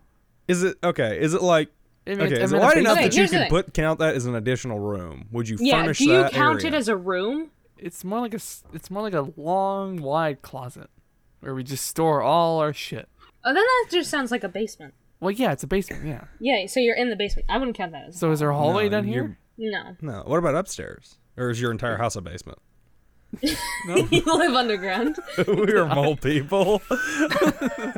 B: is it okay? Is it like
C: I mean,
B: okay?
C: it's-
B: Is
C: I
B: it
C: mean,
B: wide
C: it's
B: enough
A: Okay,
B: that you
A: here's the
B: could
A: thing.
B: put count that as an additional room? Would you
A: yeah.
B: furnish
A: Do you
B: that
A: count
B: area?
A: it as a room?
C: It's more like a s- it's more like a long wide closet where we just store all our shit.
A: Oh, then that just sounds like a basement.
C: Well, yeah, it's a basement. Yeah.
A: Yeah, so you're in the basement. I wouldn't count that as.
C: So is there a hallway
B: No,
C: down
B: Um, you're-
C: here?
A: No. *laughs*
B: No. What about upstairs? Or is your entire house a basement?
A: you live underground.
B: *laughs* we are mole *laughs* people.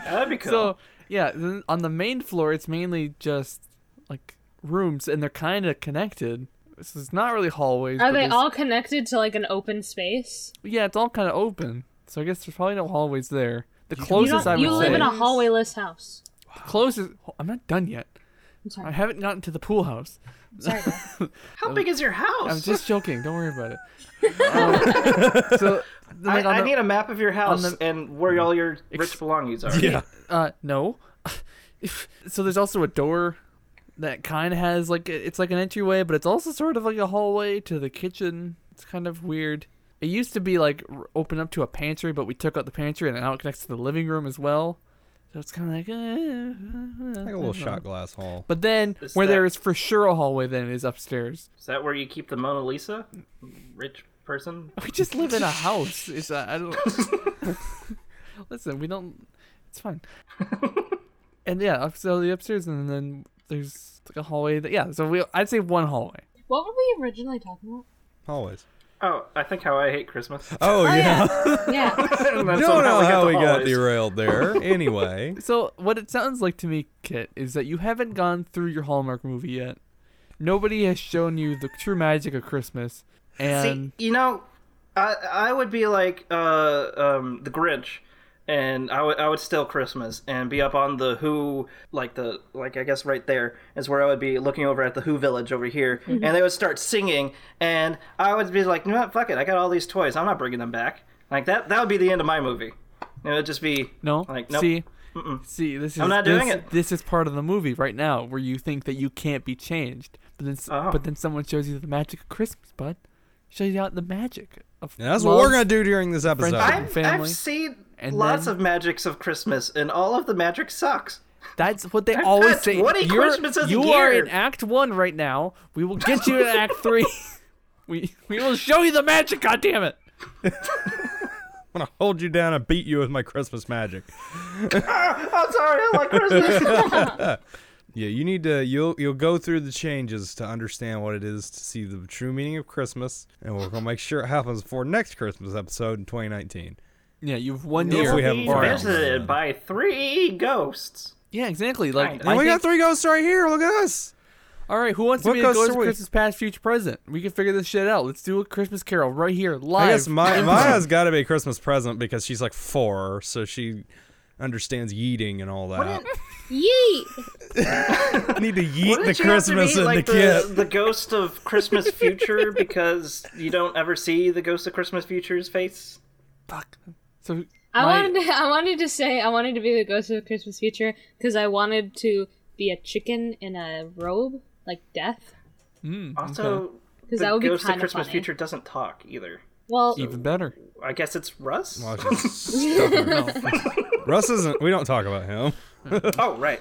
D: That'd be cool.
C: So yeah, then on the main floor, it's mainly just like rooms, and they're kind of connected. So it's not really hallways.
A: Are
C: but
A: they
C: there's-
A: all connected to like an open space?
C: Yeah, it's all kind of open. So I guess there's probably no hallways there. The closest I would
A: you live *laughs*
C: say.
A: in a hallwayless house.
C: the closest. I'm not done yet.
A: I'm
C: I
A: sorry.
C: haven't gotten to the pool house.
A: sorry. guys.
D: How big is your house?
C: uh, I'm just joking. Don't worry about it.
A: *laughs*
C: Um, so,
D: I,
C: like, on
D: I
C: the-
D: need a map of your house
C: the-
D: and where all your rich belongings are.
B: yeah.
C: uh, no. *laughs* so there's also a door that kind of has like it- it's like an entryway, but it's also sort of like a hallway to the kitchen. It's kind of weird. It used to be like r- open up to a pantry, but we took out the pantry and now it connects to the living room as well. So it's kind of like, eh,
B: Like a little shot glass hall.
C: but then
D: Is
C: where
D: that-
C: there is for sure a hallway, then is upstairs.
D: Is that where you keep the Mona Lisa? Rich person.
C: We just live in a house. It's uh, I don't. *laughs* Listen, we don't. It's fine. and yeah, up- so the upstairs, and then there's like a hallway. That, yeah, so we. I'd say one hallway.
A: What were we originally talking about?
B: Always.
D: Oh, I think how I hate Christmas.
B: *laughs* Oh, *laughs* yeah.
A: yeah.
D: And *laughs* that's
B: Don't know
D: somehow
B: how we got
D: holidays.
B: derailed *laughs* there. Anyway.
C: So what it sounds like to me, Kit, is that you haven't gone through your Hallmark movie yet. Nobody has shown you the true magic of Christmas, and
D: See, you know, I I would be like uh um the Grinch, and I would I would steal Christmas and be up on the Who like the like I guess right there is where I would be looking over at the Who village over here, and they would start singing, and I would be like, no, fuck it, I got all these toys, I'm not bringing them back. Like that that would be the end of my movie. And it'd just be
C: no,
D: like nope.
C: see. See, this is
D: not
C: this,
D: doing it.
C: this is part of the movie right now where you think that you can't be changed, but then s
D: Oh.
C: but then someone shows you the magic of Christmas, bud. Shows you out the magic of
B: And that's
C: love.
B: what we're going to do during this episode.
C: friendship.
D: I've,
C: family.
D: I've seen
C: And
D: lots
C: then-
D: of magics of Christmas, and all of the magic sucks.
C: *laughs* That's what they always
D: got
C: say.
D: 20
C: You're-
D: Christmases a
C: you are
D: year.
C: in Act One right now. We will get you to
D: *laughs*
C: Act Three. We we will show you the magic. God damn it!
B: I'm going to hold you down and beat you with my Christmas magic.
D: *laughs* I'm sorry, I like Christmas.
B: Yeah, you need to you'll you'll go through the changes to understand what it is to see the true meaning of Christmas, and we're gonna make sure it happens for next Christmas episode in 2019.
C: Yeah, you have one
B: *laughs* If
C: year.
B: we have
D: Be
B: Brown.
D: visited by three ghosts.
C: yeah, exactly. Like
D: Kinda.
B: And
C: I
B: we got
C: think,
B: three ghosts right here. Look at us.
C: all right, who wants to
B: What
C: be a
B: goes
C: ghost
B: through it?
C: Christmas past, future, present? We can figure this shit out. Let's do a Christmas Carol right here live.
B: I guess Ma- *laughs* Maya's got to be a Christmas present because she's like four, so she understands yeeting and all that.
A: Yeet.
B: I need to yeet
D: Wouldn't
B: the
D: you have to
B: Christmas
D: be,
B: and
D: like,
B: the kid.
D: the ghost of
B: *laughs*
D: Christmas future because you don't ever see the ghost of Christmas future's face?
C: Fuck. So
A: I
C: my-
A: wanted to, I wanted to say I wanted to be the ghost of Christmas future because I wanted to be a chicken in a robe like death
D: Also,
A: because
D: the
A: that would be
D: ghost
A: kind
D: of
A: of
D: Christmas
A: funny.
D: future doesn't talk either.
A: Well,
C: even better.
D: I guess it's Russ.
B: Oh, she's stuck her. *laughs*
C: *laughs*
B: Russ isn't. We don't talk about him.
D: *laughs* oh right,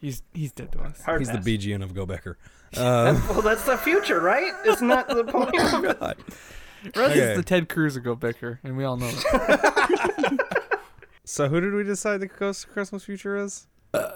C: He's he's dead to us.
D: Hard
B: He's the
D: pass.
B: BGN of Go *laughs* Becker. Uh,
D: Well, that's the future, right? Isn't that the point?
A: *laughs*
D: of it?
C: Russ
B: Okay.
C: is the Ted Cruz of Go Bicker, and we all know it.
B: So who did we decide the ghost of Christmas future is?
C: *laughs*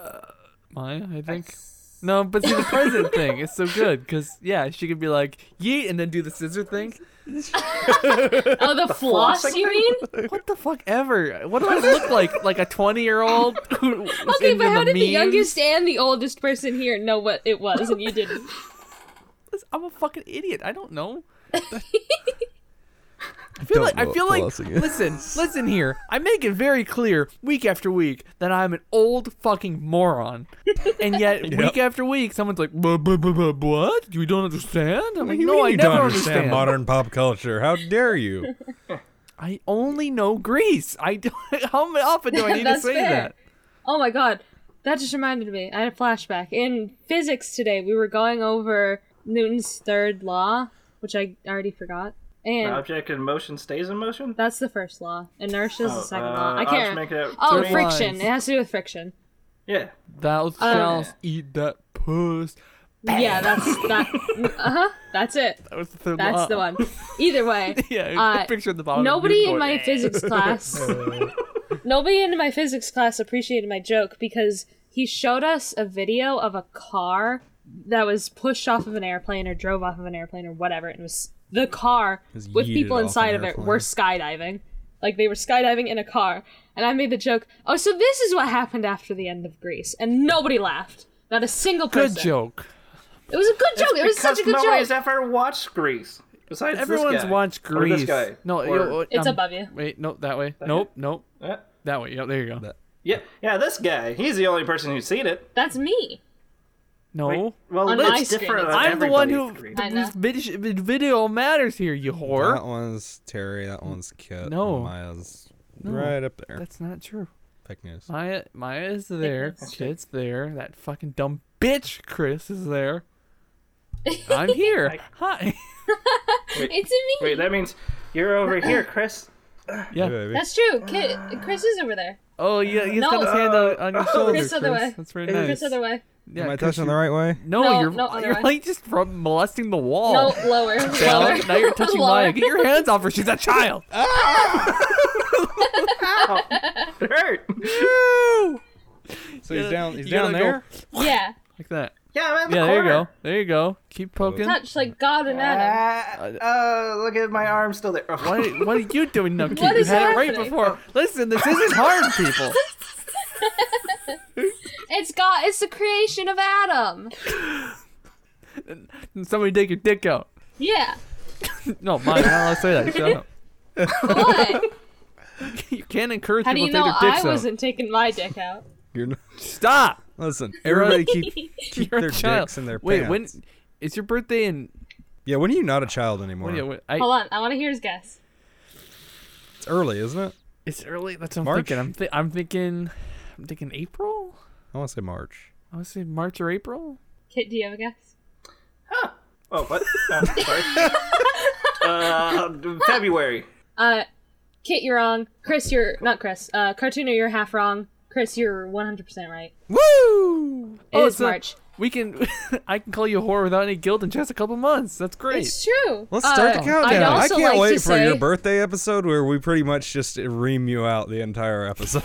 C: Maya, I think. No, but see the present thing is so good because yeah, she could be like yeet and then do the scissor thing.
A: oh, the, floss
D: flossing
A: you
D: thing?
A: mean?
C: What the fuck ever? What do I look like? Like a twenty year old?
A: Okay, but how did the youngest and the oldest person here know what it was and you didn't?
C: I'm a fucking idiot. I
B: *laughs*
C: don't know. I feel
B: Don't
C: like
B: know
C: I
B: what
C: feel like
B: flossing is.
C: listen, listen here. I make it very clear week after week that I'm an old fucking moron,
B: *laughs*
C: and yet week after week someone's like, "Buh, buh, buh, buh, "What? You don't understand?" I'm like,
B: you
C: "No,
B: mean
C: I
B: you
C: never
B: don't understand,
C: understand."
B: modern pop culture. How dare *laughs* you?
C: I only know Greece. I do, *laughs* how often do I need to
A: That's
C: say
A: fair.
C: that?
A: Oh my god, that just reminded me. I had a flashback. In physics today, we were going over Newton's third law, which I already forgot. And
D: Object in motion stays in motion.
A: that's the first law. Inertia is the second law.
D: uh,
A: I
D: I'll just
A: can't.
D: make it up
A: oh,
D: three.
A: friction.
C: Lines.
A: It has to do with friction.
D: Yeah.
C: Thou
A: Uh,
C: shalt eat that puss.
A: Yeah, that's that. *laughs* Uh huh. That's it.
C: That was the third
A: That's
C: law.
A: the one. Either way,
C: *laughs* Yeah,
A: uh,
C: the picture at the bottom. of the
A: nobody in
C: board.
A: my physics class, nobody in my physics class appreciated my joke because he showed us a video of a car that was pushed off of an airplane or drove off of an airplane or whatever, and it was the car
B: was
A: with
B: yeeted
A: people
B: off an
A: inside of it
B: airplane.
A: were skydiving, like they were skydiving in a car, and I made the joke, oh, so this is what happened after the end of Greece, and nobody laughed. Not a single person.
C: Good joke.
A: It was a good joke. It was
D: because
A: such a good
D: nobody
A: joke.
D: has ever watched Grease. Besides this
C: Everyone's
D: guy.
C: watched
D: Or
C: Greece.
D: this guy.
C: No,
D: Or-
C: you-
A: It's
C: um,
A: above you.
C: Wait, no, that way. Nope, nope,
D: Uh,
C: that way. Yep, there you go.
D: yeah, yeah, this guy. He's the only person who's seen it.
A: That's me.
C: no,
D: Well,
A: On my
D: it's
A: screen,
D: different.
A: it's
D: on
C: I'm the one who.
D: everybody's screen.
A: I know.
C: This vid- vid- video matters here, you whore.
B: That one's Terry. That one's Kit.
C: No.
B: and Maya's right up there.
C: That's not true.
B: Fake news.
C: Maya, Maya is there. Kit's there. That fucking dumb bitch, Chris,
A: *laughs*
C: is there. I'm here. Hi.
A: It's me.
D: Wait, that means you're over here, Chris. *laughs*
C: Yeah.
B: Hey, baby.
A: That's true. Ki Chris is over there.
C: Oh, yeah. He's got his
A: No.
C: hand on, on your shoulder,
A: Chris,
C: Chris.
A: other way.
C: That's very nice.
A: Chris, other way.
C: Yeah,
B: Am I
C: 'cause
B: touching
C: you-
B: the right way?
C: No,
A: No,
C: you're
A: no, other
C: you're
A: way.
C: like just from molesting the wall.
A: No, lower.
C: Belle.
A: lower.
C: now you're
A: *laughs*
C: touching
A: Lower.
C: Maya. Get your hands off her. She's a child.
D: It hurt. *laughs*
C: Woo!
B: So he's
C: Yeah,
B: down. He's
C: Uh, you gotta
B: down
C: go-
B: there.
A: Yeah.
C: Like that.
D: Yeah, I'm in the
C: Yeah, there you go.
D: corner.
C: There you go. Keep poking.
A: Not just like God and Adam.
D: Uh, uh, look at my arm still there.
C: What,
D: *laughs*
C: what are you doing, Nucky?
A: What
C: you
A: is
C: had it right
A: happening? Oh.
C: before. Listen, this isn't
A: *laughs*
C: hard, people.
A: It's God. It's the creation of Adam.
C: Somebody take your dick out. *laughs*
A: Yeah.
C: No, Maya, not allowed to say
A: *laughs*
C: that. Shut up.
A: What?
C: *laughs* You can't encourage
A: How do
C: people
A: you
C: to
A: know
C: take their
A: I
C: dicks out.
A: wasn't taking my dick out?
B: You're not,
C: Stop.
B: *laughs* listen, everybody keep keep
C: You're
B: their
C: a child.
B: dicks in their
C: Wait,
B: pants.
C: when it's your birthday and
B: yeah, when are you not a child anymore?
C: when, yeah, when I,
A: Hold on. I want to hear his guess.
B: it's early, isn't it?
C: it's early. That's what I'm
B: March?
C: thinking. I'm, th- I'm thinking. I'm thinking April.
B: I want to say March.
C: I want to say March or April.
A: Kit, do you have a guess?
D: Oh, what? Uh, *laughs* sorry. uh, February.
A: Uh, Kit, you're wrong. Chris, you're not Chris. Uh, Cartooner, you're half wrong. Chris, you're 100% right.
B: Woo!
A: It is
C: Oh, a-
A: March.
C: We can. *laughs* I can call you a whore without any guilt in just a couple months. That's great.
A: It's true.
B: Let's start the
A: Uh, I'd
B: countdown. I
A: also
B: can't
A: like
B: wait
A: to
B: for
A: say,
B: your birthday episode where we pretty much just ream you out the entire *laughs* episode.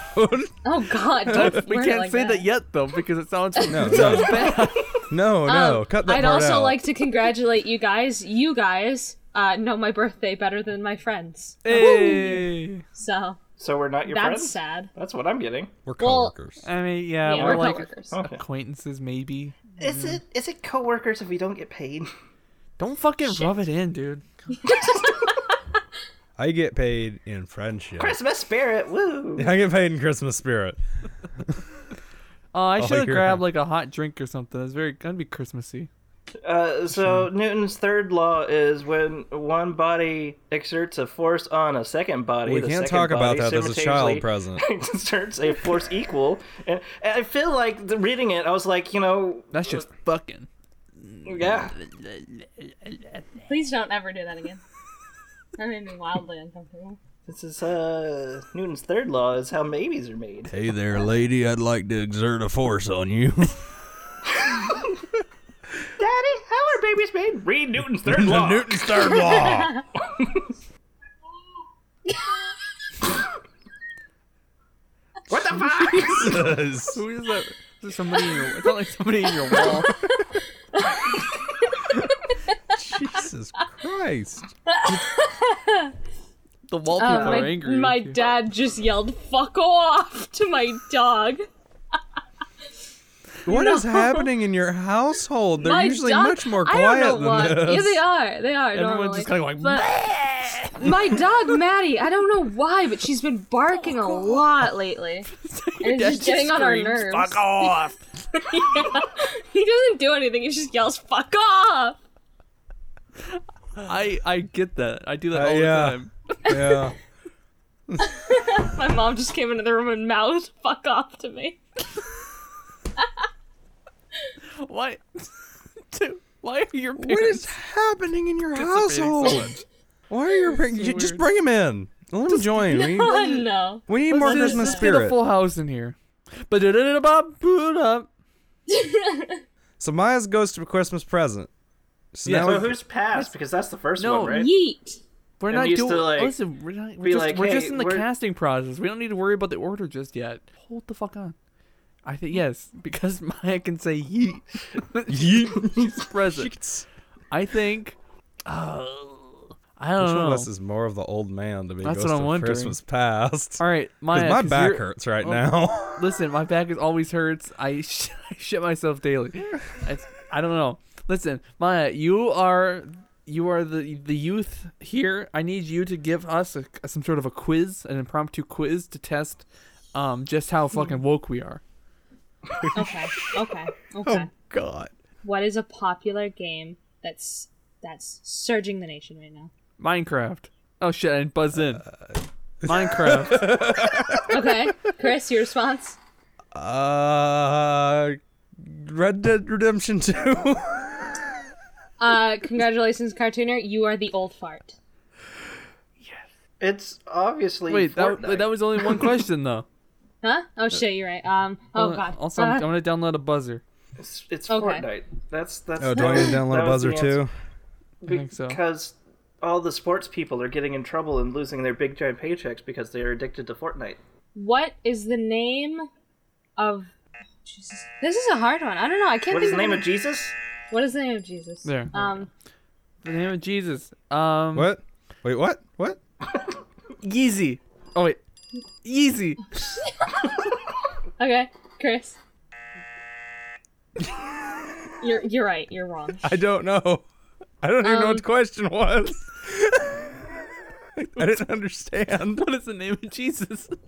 A: Oh God, don't
C: *laughs* we
A: word it
C: can't
A: like
C: say that. yet though because it sounds
B: no,
C: no.
B: no, no, no.
A: Um,
B: Cut that
A: I'd
B: part
A: also
B: out.
A: like to congratulate you guys. You guys uh, know my birthday better than my friends,
C: *laughs* Hey.
A: so
D: So we're not your
A: that's
D: friends.
A: sad.
D: That's what I'm getting.
B: We're
A: well-
B: coworkers.
C: I mean, yeah,
A: yeah,
C: we're
A: we're
C: like
A: coworkers.
D: Okay.
C: acquaintances maybe.
D: Is it is it coworkers if we don't get paid?
C: Don't fucking rub it in, dude.
B: I get paid in friendship.
D: Christmas spirit, woo!
B: I get paid in Christmas spirit.
C: Oh, I should have
B: you're-
C: grabbed like a hot drink or something. It's very gonna be Christmassy.
D: Uh, so
B: Hmm.
D: Newton's third law is when one body exerts a force on a second body.
B: We
D: the
B: can't
D: second
B: talk about
D: body
B: that. There's a child
D: simultaneously *laughs*
B: present.
D: exerts a force equal, and, and I feel like the, reading it, I was like, you know,
C: That's just fucking.
D: yeah,
A: Please don't ever do that again. That made me wildly uncomfortable.
D: this is uh Newton's third law is how babies
B: *laughs*
D: are made.
B: Hey there, lady. I'd like to exert a force on you.
D: Daddy, how are babies made? Read Newton's
B: *laughs*
D: third law.
B: Newton's third law.
D: what the fuck?
C: Who is that? Is this somebody in your? It's not like somebody in your wall.
B: Jesus Christ.
C: *laughs* The wall *laughs* people
A: Uh, my,
C: are angry.
A: my
C: with you.
A: dad just yelled "fuck off" *laughs* to my dog.
B: What is happening in your household? They're
A: my
B: usually
A: dog-
B: much more
A: I don't know
B: quiet
A: why.
B: than this.
A: Yeah, they are. They are.
C: Everyone's
A: normally.
C: just kind of like.
A: But my dog Maddie, I don't know why, but she's been barking
C: Oh,
A: a lot
C: *laughs*
A: lately.
C: Your
A: And
C: dad
A: it's just getting on our
C: screams,
A: nerves.
C: Fuck off!
A: He doesn't do anything. He just yells "fuck off."
C: I I get that. I do that
B: Uh,
C: all
B: yeah.
C: the time.
B: yeah.
A: My mom just came into the room and mouthed "fuck off" to me.
C: Why? *laughs* Dude, why are your parents?
B: What
C: *laughs*
B: is happening in your
C: Participating so
B: household? Why are you bring, you just
C: weird.
B: bring him in? Let him join. We, need-
A: Oh *laughs* no!
B: we need more
C: Let's just-
B: Christmas
C: let's get a
B: spirit.
C: full house in here. But da da da bob boot up.
B: So Maya's goes to a Christmas present. So
C: Yeah.
B: now
D: so
B: we- *laughs*
D: who's passed? Because that's the first
C: No,
D: one, right?
A: Yeet.
C: We're
D: And
C: not
D: we used to,
C: doing.
D: like,
C: listen, we're not. We're
D: be
C: just,
D: like,
C: we're
D: "Hey,
C: just in the
D: we're-
C: casting process. We don't need to worry about the order just yet. Hold the fuck on. I think yes, because *laughs* Maya can say *laughs* yeet.
B: Yeet.
C: *laughs* She's present. I think. Oh, I don't
B: Which
C: know.
B: one of us is more of the old man to be
C: That's
B: goes
C: what I'm
B: to
C: wondering.
B: Christmas past?
C: All right, Maya.
B: Because my
C: 'cause
B: back
C: you're-
B: hurts right now.
C: Listen, my back is always hurts. I, *laughs* sh- I shit myself daily. It's, I don't know. Listen, Maya, you are you are the the youth here. I need you to give us a, some sort of a quiz, an impromptu quiz to test um just how fucking woke we are.
A: Okay.
C: *laughs*
A: Okay.
C: Oh.
A: Okay.
B: God.
A: What is a popular game that's that's surging the nation right now?
C: Minecraft. Oh shit, I didn't buzz in. Minecraft. *laughs*
A: Okay, Chris, your response.
B: *laughs* Uh, Red Dead Redemption 2.
A: Uh, congratulations, cartooner. You are the old fart.
D: It's obviously
C: Wait, that
D: Fortnite.
C: that was only one question though.
A: Huh? Oh shit, you're right. Um. Oh
C: Uh,
A: god.
C: Also,
A: Uh,
C: I'm, I'm gonna download a buzzer.
D: It's, it's
A: Okay.
D: Fortnite. That's
B: *laughs*
D: that's.
B: Oh, do I need to download
D: *laughs* that
B: a
D: was the
B: buzzer too?
C: I think so.
D: Because all the sports people are getting in trouble and losing their big giant paychecks because they are addicted to Fortnite.
A: What is the name of Jesus? This is a hard one. I don't know. I can't
D: What
A: think
D: is the name of
A: Jesus?
D: Jesus?
A: What is the name of Jesus?
C: There.
A: Um,
C: The name of Jesus. Um,
B: What? Wait, what? What?
C: Yeezy. Oh wait, Yeezy.
A: okay,
B: *laughs*
A: Chris. you're you're right. You're wrong.
B: I don't know. I don't even
A: Um,
B: know what the question was. *laughs* I
C: *laughs*
B: didn't understand.
C: What is the name of Jesus? *laughs*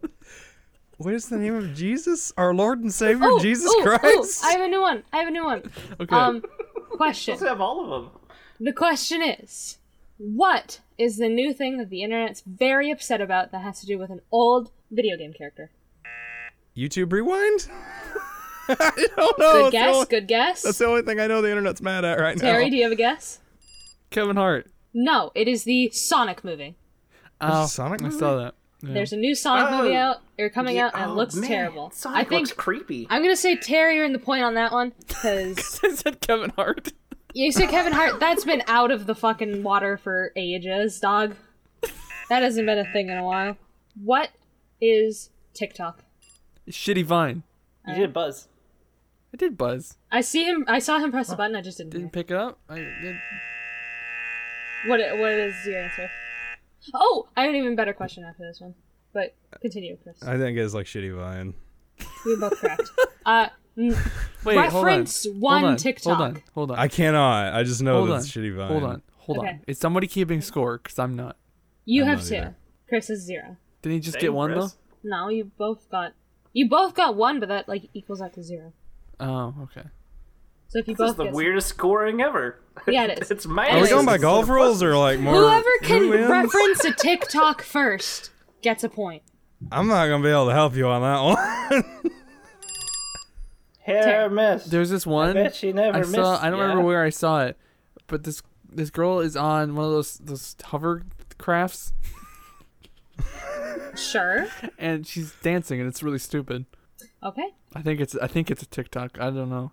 B: What is the name of Jesus? Our Lord and Savior
A: Oh,
B: Jesus
A: ooh, ooh,
B: Christ?
A: I have a new one. I have a new
B: *laughs*
A: one.
C: Okay.
A: Um, question.
D: Let's have all of them.
A: The question is, what is the new thing that the internet's very upset about that has to do with an old video game character?
B: YouTube Rewind? *laughs* I
A: good
B: don't know. Oh, That's the
A: guess.
B: only-
A: Good guess.
B: That's the only thing I know the internet's mad at right
A: Terry,
B: *laughs* now.
A: do you have a guess?
C: Kevin Hart.
A: No, it is the Sonic movie.
C: Oh,
B: Sonic
C: I
B: movie?
C: saw that. Yeah. *laughs*
A: There's a new Sonic
D: Oh.
A: movie out or coming out, and
D: Oh,
A: it looks
D: man.
A: terrible.
D: Sonic
A: I think
D: looks creepy.
A: I'm gonna say Terry, you're in the point on that one
B: *laughs*
A: because
C: I said Kevin Hart.
A: you said Kevin Hart. That's been out of the fucking water for ages, dog. That hasn't been a thing in a while. What is TikTok?
C: Shitty Vine.
D: You did buzz.
C: I did buzz.
A: I see him. I saw him press the button. I just didn't.
C: Didn't
A: Hear.
C: pick it up. I did.
A: What? i- What is your answer? Oh, I have an even better question after this one. But continue, Chris.
B: I think it's like Shitty Vine.
A: We both correct. Uh, n-
C: Wait,
A: Reference
C: hold on.
A: one
C: hold on.
A: TikTok.
C: Hold on. Hold on.
B: I cannot. I just know
C: hold
B: that
C: on.
B: it's Shitty Vine.
C: Hold on. Hold
A: Okay.
C: on. Is somebody keeping score? Because I'm not.
A: you
B: I'm
A: have
B: not
A: two.
B: either.
A: Chris is zero.
C: Didn't he just
D: Dang,
C: get one
D: Chris.
A: No, you both got you both got one, but that like equals out to zero.
C: though? Oh, okay.
A: So if you
D: This is
A: both
D: the
A: get
D: weirdest scoring ever.
A: Yeah,
D: *laughs*
A: it is.
D: it's my.
B: Are we
A: Anyways.
B: going by golf rules or like more?
A: whoever
B: who
A: can
B: wins?
A: reference a TikTok first gets a point.
B: I'm not gonna be able to help you on that one. *laughs*
D: Hair miss.
C: There's this one.
D: bet she never
C: I saw.
D: missed
C: I don't
D: ya.
C: remember where I saw it, but this this girl is on one of those those hover crafts,
A: Sure.
C: and she's dancing, and it's really stupid.
A: Okay.
C: I think it's I think it's a TikTok. I don't know.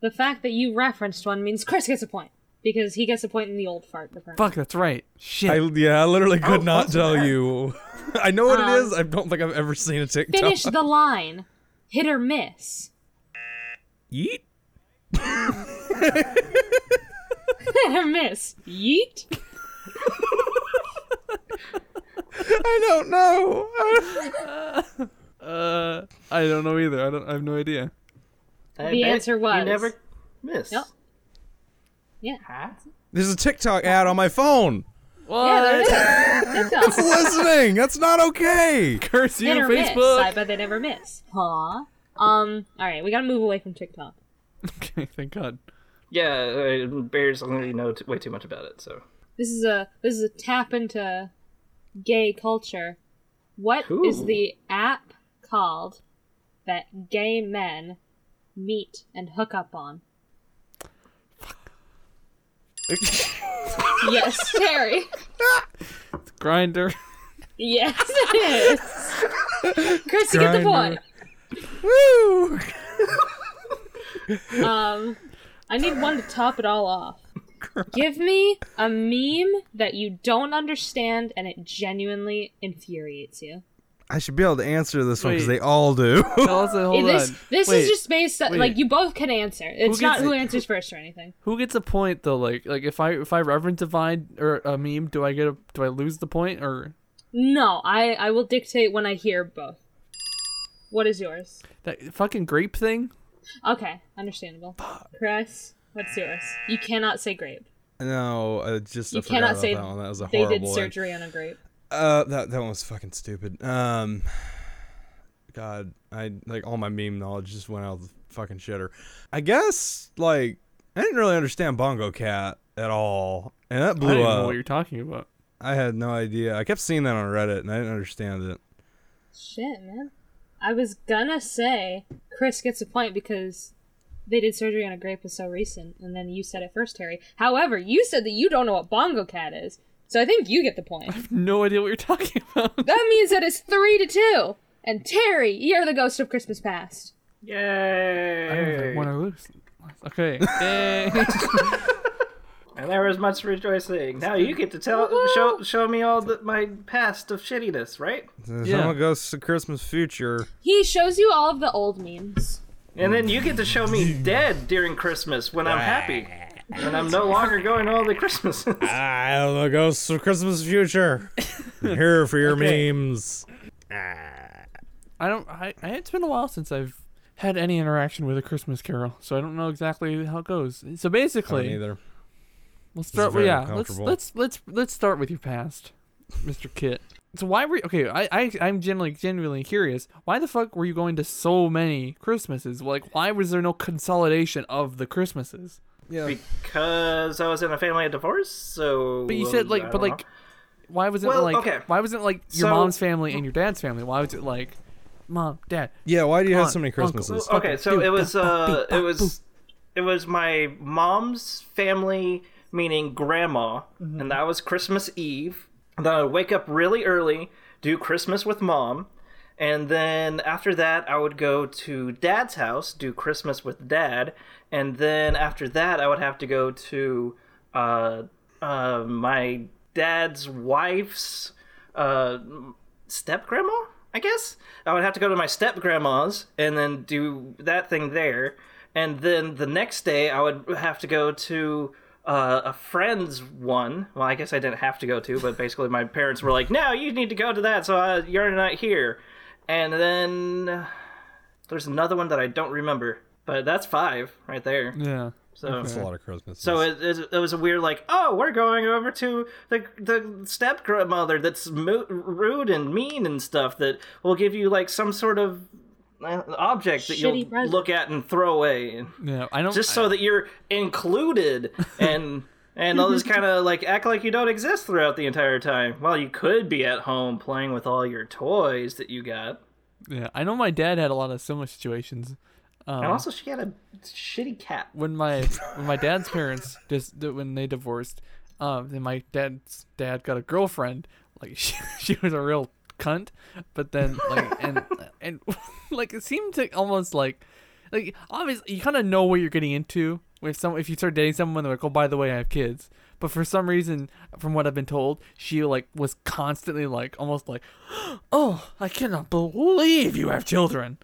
A: The fact that you referenced one means *laughs* Chris gets a point because he gets a point in the old fart department.
C: Fuck, that's right. Shit.
B: I, yeah, I literally could
D: Oh,
B: not
D: what's
B: tell
D: that?
B: you. I know what
A: Um,
B: it is. I don't think I've ever seen a TikTok.
A: Finish the line. Hit or miss. *laughs*
B: Yeet.
A: Hit or miss. Yeet.
B: I don't know. *laughs*
C: uh, I don't know either. I don't. I have no idea.
D: I
A: The
D: bet
A: answer was-
D: You never miss.
A: Yep. Yeah.
D: Huh?
B: There's a TikTok ad on my phone.
C: What?
A: Yeah, there it is. TikTok.
B: Listening. That's not okay.
C: *laughs* Curse *laughs* you,
A: Hit or miss. I
C: Facebook.
A: bet they never miss. Huh. Um. All right, we gotta move away from TikTok.
C: *laughs* okay, thank God.
D: Yeah, uh, bears already know t- way too much about it. So
A: this is a this is a tap into gay culture. What is
D: Ooh.
A: the app called that gay men meet and hook up on? Yes, Terry.
C: *laughs* Grinder.
A: Yes, it is. Chris, you get the
B: Grindr.
A: point.
B: Woo.
A: Um, I need one to top it all
C: *laughs*
A: off. Give me a meme that you don't understand and it genuinely infuriates you.
B: I should be able to answer this one because
C: Wait.
B: they all do. *laughs*
C: Tell us a- hold
A: this
C: on.
A: this
C: Wait,
A: is just based on,
C: wait.
A: like you both can answer. It's not
C: gets
A: who
C: it?
A: answers first or anything.
C: Who gets a point though? Like like if I if I reverend divine or a meme, do I get a do I lose the point or
A: No, I I will dictate when I hear both. What is yours?
C: that fucking grape thing?
A: Okay, understandable. Chris, what's yours? You cannot say grape.
B: no, uh, just
A: You
B: I forgot
A: cannot
B: about
A: say
B: that one. That was a
A: They
B: horrible
A: did
B: one.
A: surgery on a grape.
B: Uh, that that one was fucking stupid. Um, God, I like all my meme knowledge just went out the fucking shitter. I guess like I didn't really understand Bongo Cat at all, and that
C: I don't
B: blew
C: even know
B: up.
C: what you're talking about. *laughs*
B: I had no idea. I kept seeing that on Reddit, and I didn't understand it.
A: Shit, man. I was gonna say Chris gets a point because they did surgery on a grape was so recent, and then you said it first, Harry. However, you said that you don't know what bongo cat is, so I think you get the point.
C: *laughs* No idea what you're talking about.
A: That means that it's three to two. And Terry, you're the ghost of Christmas past.
D: yay.
C: When I lose. Okay. *laughs* Yay.
D: And there was much rejoicing. Now you get to tell, show, show me all the, my past of shittiness, right?
C: Yeah.
B: Someone goes to Christmas future.
A: He shows you all of the old memes.
D: And then you get to show me dead during Christmas when I'm happy, when I'm
C: *laughs*
D: no longer going to all the Christmases.
B: I'll go to Christmas *laughs* future. Here for your
C: Okay.
B: memes.
C: I don't. I, I. It's been a while since I've had any interaction with a Christmas Carol, so I don't know exactly how it goes. So basically,
B: Neither.
C: Let's start
B: is
C: with
B: very
C: yeah. Let's
B: uncomfortable.
C: let's let's let's start with your past, Mr. Kit. So why were you, okay? I I I'm generally genuinely curious. Why the fuck were you going to so many Christmases? Like why was there no consolidation of the Christmases?
B: Yeah.
D: Because I was in a family of divorce, so.
C: But you said
D: I
C: like, but
D: don't
C: like, why wasn't
D: Well,
C: like
D: okay.
C: why wasn't like your
D: So-
C: mom's family and your dad's family? Why was it like, mom, dad?
B: Yeah. Why do you have
C: Aunt,
B: so many
C: uncle.
B: Christmases?
D: know. okay, so
C: Dude,
D: it was
C: da, ba,
D: uh,
C: dee,
D: it
C: da,
D: was, it was my mom's family, meaning grandma, and that was Christmas Eve. And then I would wake up really early, do Christmas with mom, and then after that I would go to dad's house, do Christmas with dad, and then after that I would have to go to uh, uh, my dad's wife's uh, step grandma, I guess. I would have to go to my step grandma's and then do that thing there, and then the next day I would have to go to uh, a friend's one. Well, I guess I didn't have to go to, but basically my parents were like, "No, you need to go to that, so uh, you're not here." And then uh, there's another one that I don't remember, but that's five right there.
C: Yeah.
D: So.
B: That's a lot of Christmases.
D: So it, it, it was a weird like, oh, we're going over to the the step grandmother that's mo- rude and mean and stuff that will give you like some sort of uh, object that
A: Shitty
D: you'll
A: present.
D: look at and throw away, and
C: Yeah. I don't.
D: just so that you're included and and all this kind of like act like you don't exist throughout the entire time. Well, you could be at home playing with all your toys that you got,
C: yeah. I know my dad had a lot of similar situations.
D: and also she had a shitty cat.
C: when my when my dad's parents just when they divorced, um, then my dad's dad got a girlfriend. Like *laughs* she, she was a real cunt, but then like and and like it seemed to almost like like obviously you kind of know what you're getting into with some if you start dating someone they're like oh by the way I have kids. But for some reason, from what I've been told, she like was constantly like almost like, oh I cannot believe you have children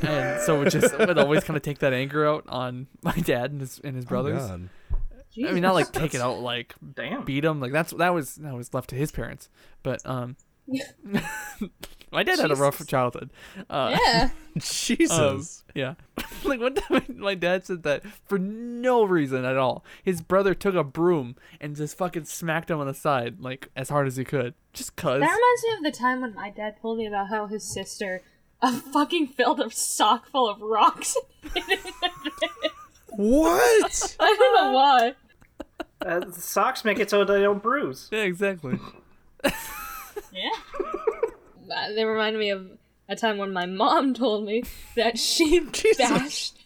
C: and so it just would always kind of take that anger out on my dad and his and his brothers.
B: God.
A: Jesus.
C: I mean, not like take it out like
D: Damn.
C: beat him. Like that's that was that was left to his parents. But um, *laughs* my dad had a rough childhood. Uh,
A: yeah.
C: um,
B: *laughs* Jesus.
C: yeah. *laughs* like one time, *laughs* my dad said that for no reason at all. His brother took a broom and just fucking smacked him on the side like as hard as he could, just cause.
A: That reminds me of the time when my dad told me about how his sister uh, fucking filled a sock full of rocks. *laughs*
B: what?
A: I don't
C: *laughs*
A: know why.
D: Uh, socks make it so they don't bruise.
A: *laughs*
C: yeah, exactly.
A: Yeah. Uh, they remind me of a time when my mom told me
C: *laughs*
A: that she bashed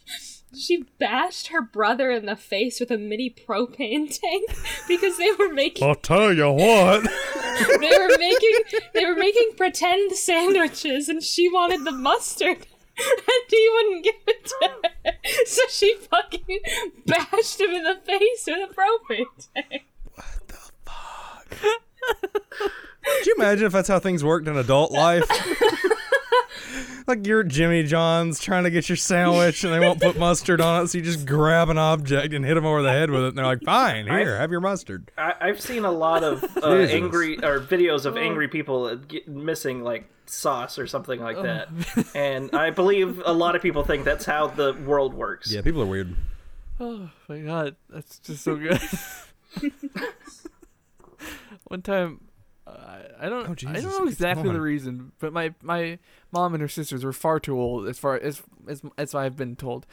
A: she bashed her brother in the face with a mini propane tank because they were making
B: I'll tell you *laughs* what.
C: Oh.
A: they were making they were making pretend sandwiches and she wanted the mustard and he wouldn't give it to her. So she fucking *laughs* bashed him in the face with a propane tank.
B: Could you imagine if that's how things worked in adult life? *laughs* like you're at Jimmy John's trying to get your sandwich and they won't put mustard on it, so you just grab an object and hit them over the head with it, and they're like, "Fine, here, have your mustard."
D: I, I've seen a lot of uh,
B: Jesus.
D: angry or videos of angry people uh, get, missing like sauce or something like that, and I believe a lot of people think that's how the world works.
B: Yeah, people are weird.
C: Oh my god, that's just so good. *laughs* One time, uh, I don't, I
B: Jesus,
C: don't
B: it
C: know
B: keeps
C: exactly the
B: going.
C: reason, but my my mom and her sisters were far too old, as far as as as I've been told.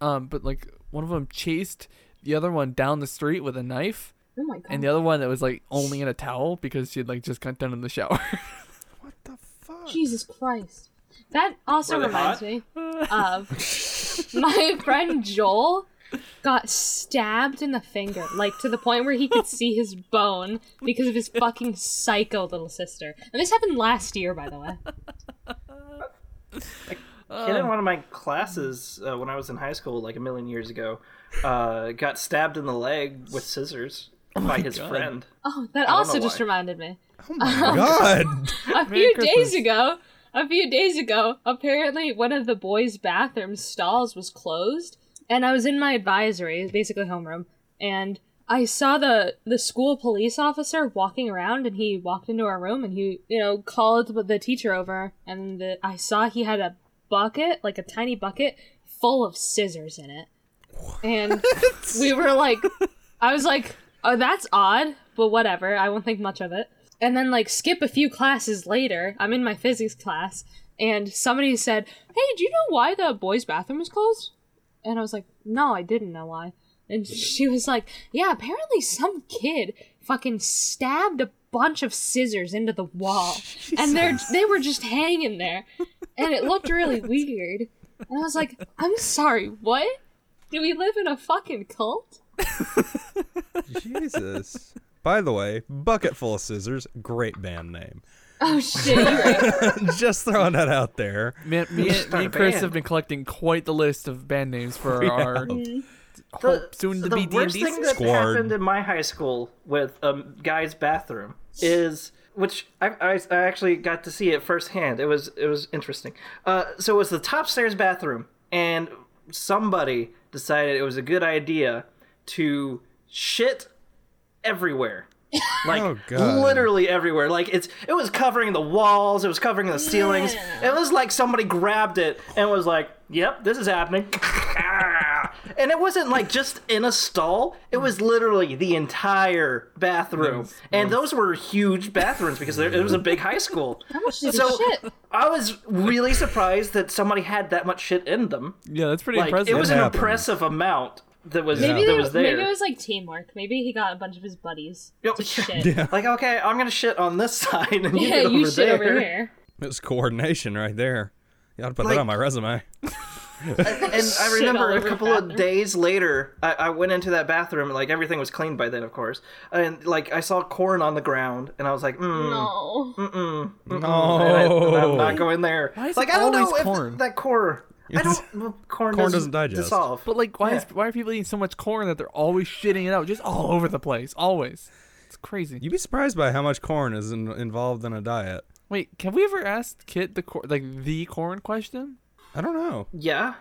C: Um, but like one of them chased the other one down the street with a knife,
A: Oh my god.
C: and the other one that was like only in a towel because she had like just got done in the shower. *laughs*
B: What the fuck?
A: Jesus Christ. That also
D: Were they
A: reminds
D: hot?
A: me of my friend Joel got stabbed in the finger, like to the point where he could see his bone because of his fucking psycho little sister. And this happened last year, by the way.
D: kid in one of my classes uh, when I was in high school, like a million years ago, uh, got stabbed in the leg with scissors by his friend.
A: Oh, that also
D: know
A: just
D: why.
A: reminded me.
B: Oh my *laughs* god.
A: A
C: Merry
A: few
C: Christmas.
A: days ago, a few days ago, apparently one of the boys' bathroom stalls was closed, and I was in my advisory, basically homeroom, and I saw the the school police officer walking around, and he walked into our room, and he you know called the teacher over, and the, I saw he had a bucket, like a tiny bucket, full of scissors in it, and we were like, I was like, oh, that's odd, but whatever. I won't think much of it. And then, like, skip a few classes later, I'm in my physics class, and somebody said, Hey, do you know why the boys' bathroom was closed? And I was like, No, I didn't know why. And she was like, Yeah, apparently some kid fucking stabbed a bunch of scissors into the wall. And they're they were just hanging there. And it looked really weird. And I was like, I'm sorry, what? Do we live in a fucking cult?
B: Jesus. By the way, Bucket Full of Scissors, great band name.
A: Oh shit! you're right.
B: *laughs* Just throwing that out there.
C: Me, *laughs* me, me
D: Start a
C: and Chris
D: band.
C: have been collecting quite the list of band names *laughs* for our hope soon to
D: the
C: be D and
D: worst
C: D.
D: thing that
B: Squad.
D: happened in my high school with a um, guy's bathroom is which I, I, I actually got to see it firsthand. It was it was interesting. Uh, so it was the top stairs bathroom, and somebody decided it was a good idea to shit everywhere. Like
B: Oh, God.
D: literally everywhere. Like it's it was covering the walls, it was covering the ceilings. It was like somebody grabbed it and was like, "Yep, this
A: *laughs*
D: is happening." Ah. and it wasn't like just in a stall. It was literally the entire bathroom. And those were huge bathrooms because there, it was a big high school.
A: How much did
D: So-
A: you shit?
D: I was really surprised that somebody had that much shit in them.
C: Yeah, that's pretty
D: Like
C: impressive.
D: it
C: *laughs*
D: was
B: It
D: an
B: happens.
D: impressive amount that was
A: Maybe,
D: that
A: they-
D: was there.
A: maybe it was like teamwork. Maybe he got a bunch of his buddies
D: Yep.
A: to shit.
B: *laughs* Yeah.
D: like okay, I'm gonna shit on this *laughs* side and you
A: Yeah,
D: get over
A: you shit
D: there.
A: over here.
B: It's coordination right there. You ought to put
D: Like-
B: that on my resume.
D: and I
A: Shit all
D: remember a
A: over the
D: couple of
A: bathroom.
D: days later, I, I went into that bathroom. and, Like everything was cleaned by then, of course. And like I saw corn on the ground, and I was like, mm,
A: No.
D: I,
B: Oh.
D: am not going there.
C: Why is
D: like
C: it
D: I don't know
C: always
D: if
C: corn?
D: that corn.
B: *laughs*
D: I don't. Well, corn,
B: Corn
D: doesn't
B: doesn't digest.
D: Dissolve.
C: But like, why is
D: Yeah.
C: why are people eating so much corn that they're always shitting it out, just all over the place, always? It's crazy.
B: You'd be surprised by how much corn is in, involved in a diet.
C: Wait, have we ever asked Kit the cor- like the corn question?
B: I don't know.
D: yeah,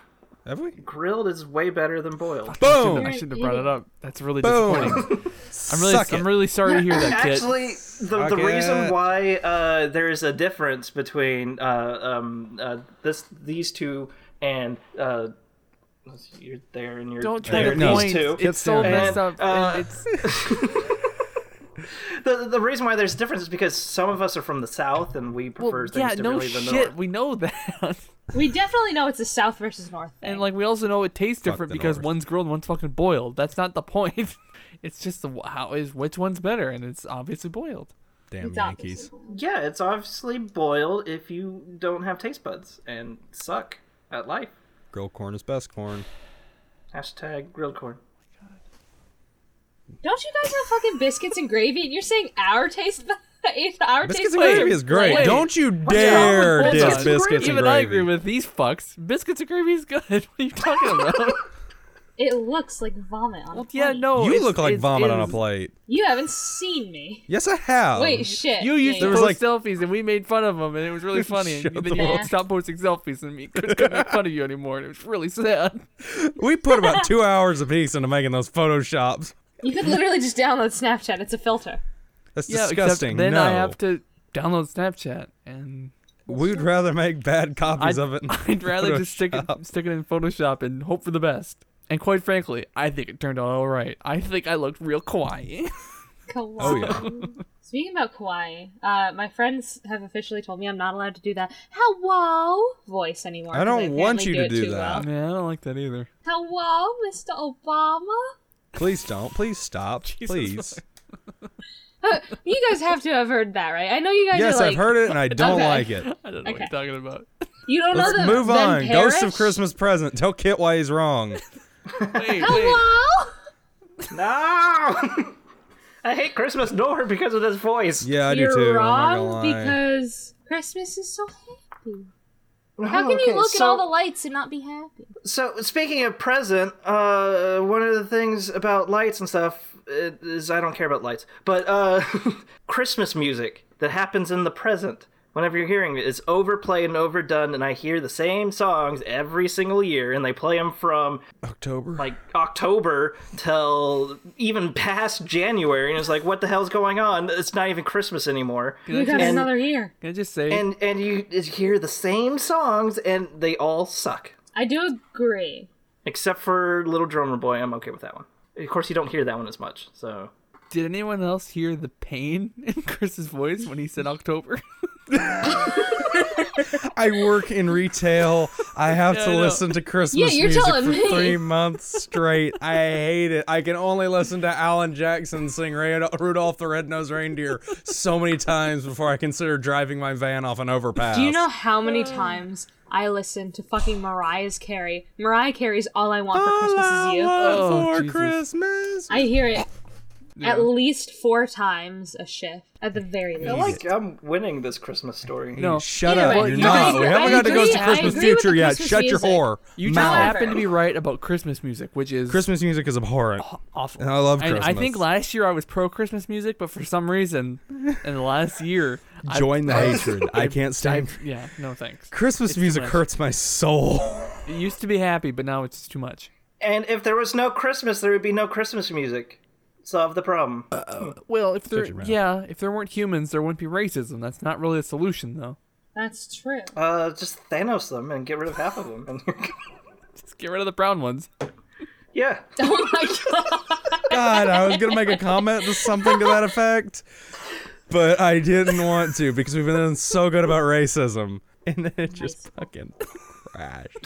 B: Have we?
D: grilled is way better than boiled.
B: Boom!
C: I
A: You're
C: should have
A: an
C: brought it
A: idiot.
C: up. That's really
B: Boom.
C: *laughs* disappointing. I'm really
B: Suck
C: I'm
B: it.
C: really sorry to hear that, Kit.
D: Actually, the,
B: Fuck
D: the
B: it.
D: reason why uh, there is a difference between uh, um, uh, this these two and uh, let's see, you're there and you're
C: don't try
D: there
C: to
B: There
D: and
B: it is.
C: point.
D: these two.
C: It's so
B: down.
C: messed up.
D: And,
C: and
D: uh,
C: it's
D: the the reason why there's a difference is because some of us are from the south and we
C: well,
D: prefer things
C: yeah,
D: to
C: no
D: really the
C: shit.
D: north.
C: We know that, *laughs*
A: We definitely know it's a South versus North. Thing.
C: and like we also know it tastes different
B: the
C: because
B: North.
C: one's grilled, and one's fucking boiled. That's not the *laughs* point. It's just the how is which one's better, and it's obviously boiled.
B: Damn
A: It's
B: Yankees.
A: obvious.
D: Yeah, it's obviously boiled if you don't have taste buds and suck at life.
B: Grilled corn is best corn.
D: Hashtag grilled corn.
A: Don't you guys have fucking biscuits and gravy? And you're saying our taste, *laughs* our
B: Biscuits
A: taste
B: and
A: buds
B: gravy
A: are
B: is great.
C: Wait.
B: Don't you
C: Hold
B: dare
C: on,
B: diss
C: hold on.
B: biscuits
C: Even
B: and gravy.
C: I agree with these fucks. Biscuits and gravy is good. *laughs* What are you talking
B: *laughs*
C: about?
A: It looks like vomit on. a
C: well, yeah,
A: plate.
C: no.
B: you
C: it's-
B: look like
C: it's-
B: vomit on a
C: it's-
B: plate.
A: You haven't seen me.
B: Yes, I have.
A: Wait, shit.
C: You used
A: yeah,
C: to
A: yeah.
B: was
C: post
B: like-
C: selfies, and we made fun of them, and it was really
B: *laughs*
C: funny.
B: Shut
C: and
B: the
C: then you
A: fuck-
C: stopped posting selfies, and me Chris *laughs* couldn't make fun of you anymore, and it was really sad.
B: we put
A: *laughs*
B: about two hours apiece into making those photoshops.
A: You could literally just download Snapchat. It's a filter.
B: That's
C: Yeah,
B: disgusting.
C: except then
B: no,
C: I have to download Snapchat, and
B: we'd rather make bad copies
C: I'd,
B: of it. in
C: *laughs* I'd rather just stick it,
B: Photoshop.
C: stick it in Photoshop and hope for the best. And quite frankly, I think it turned out all right. I think I looked real quiet. *laughs*
A: Kawaii.
B: Oh, yeah.
A: *laughs* Speaking about Kawaii, uh, my friends have officially told me I'm not allowed to do that hello voice anymore.
B: I
A: 'cause
B: don't want
A: apparently
B: you to
A: it
B: do
A: too
B: that.
C: yeah, I don't like that either.
A: well. Hello, Mr. Obama.
B: Please don't. Please
C: *laughs*
B: stop. Please.
A: you guys have to have heard that, right? I know you guys
B: Yes,
A: are like
B: I've heard it
A: *laughs*
B: and I don't
A: Okay.
B: like it.
C: I don't
A: Okay.
C: know what you're talking about.
A: you don't know
B: Let's
A: the
B: move
A: Ben
B: on. Ghost of
A: Parrish?
B: Christmas Present. Tell Kit why he's wrong.
C: Wait, wait.
A: Hello.
D: No, *laughs* I hate Christmas door because of this voice.
B: Yeah, I
A: You're
B: do too. I'm not
A: wrong
B: gonna lie.
A: because Christmas is so happy. How can
D: Oh, Okay,
A: you look
D: so-
A: at all the lights and not be happy?
D: So speaking of present, uh, one of the things about lights and stuff uh, is I don't care about lights, but uh, *laughs* Christmas music that happens in the present. Whenever you're hearing it, it's overplayed and overdone, and I hear the same songs every single year, and they play them from
B: October.
D: like October till even past January, and it's like, what the hell's going on? It's not even Christmas anymore.
A: We got
D: And-
A: another year.
C: Can I just say
D: And and you just hear the same songs, and they all suck.
A: I do agree.
D: Except for Little Drummer Boy, I'm okay with that one. Of course, you don't hear that one as much, so.
C: Did anyone else hear the pain *laughs* in Chris's voice when he said October?
B: I work in retail.
A: *laughs*
B: I have to
C: I know.
B: listen to Christmas
A: Yeah, you're
B: music
A: telling
B: for
A: me. *laughs*
B: three months straight. I hate it. I can only listen to Alan Jackson sing Ra- Rudolph the Red-Nosed Reindeer so many times before I consider driving my van off an overpass.
A: Do you know how many times I listen to fucking Mariah's Carey? Mariah Carey's All I Want for
B: All
A: Christmas Is
B: I
A: You.
B: want
C: Oh,
B: for
C: Jesus.
B: Christmas.
A: I hear it at least four times a shift, at the very least.
D: like I'm winning this Christmas story.
C: No.
B: Shut
A: Either
B: up.
A: way,
B: You're
A: no,
B: not.
A: I
B: we haven't
A: agree-
B: got to Ghost of
A: I
B: Christmas
A: agree with the
B: Future yet.
A: Christmas
B: Shut your
A: music.
B: whore.
C: *laughs* You just
B: mouth.
C: happen to be right about Christmas music, which is
B: Christmas music is abhorrent.
C: awful.
B: And I love
C: And I
B: Christmas.
C: think last year I was pro Christmas music, but for some reason, in the last year, I-
B: Join the hatred. I can't
C: *laughs* I,
B: stand.
C: yeah, no thanks.
B: Christmas music
C: much.
B: hurts my soul. *laughs*
C: It used to be happy, but now it's too much.
D: And if there was no Christmas, there would be no Christmas music. Solve the problem.
C: Well, if there,
B: your mouth.
C: yeah, if there weren't humans, there wouldn't be racism. That's not really a solution, though.
A: That's true.
D: Uh, just Thanos them and get rid of half of them. And *laughs*
C: Just get rid of the brown ones.
D: yeah,
A: Oh my god.
B: God, I was gonna make a comment to something to that effect, but I didn't want to because we've been doing so good about racism, and then it just fucking crashed.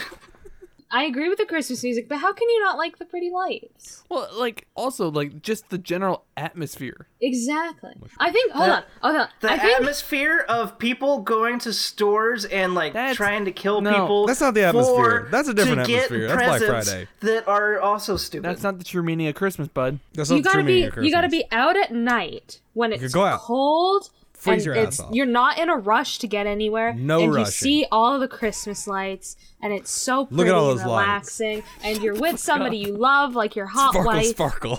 A: I agree with the Christmas music, but how can you not like the pretty lights?
C: Well, like also like just the general atmosphere.
A: Exactly. I think. Hold on. Hold on.
D: the
A: I think.
D: atmosphere of people going to stores and like
C: That's-
D: trying to kill
C: no.
D: people.
B: That's not the atmosphere.
D: for-
B: That's a different
D: to get
B: atmosphere. That's Black
D: presents
B: Friday.
D: That are also stupid.
C: That's not the true meaning of Christmas, bud.
B: That's
A: you
B: not the true
A: gotta
B: meaning
A: be.
B: of
A: You gotta
B: Christmas.
A: be out at night when it's
B: go out.
A: cold.
B: Freeze
A: and
B: your
A: it's,
B: ass off.
A: You're not in a rush to get anywhere.
B: No
A: and
B: rushing.
A: you see all of the Christmas lights, and it's so pretty
B: Look at all
A: and
B: those lights. Oh,
A: relaxing. And you're
B: *laughs*
A: with somebody you love, like your hot
B: sparkle,
A: wife.
B: sparkle.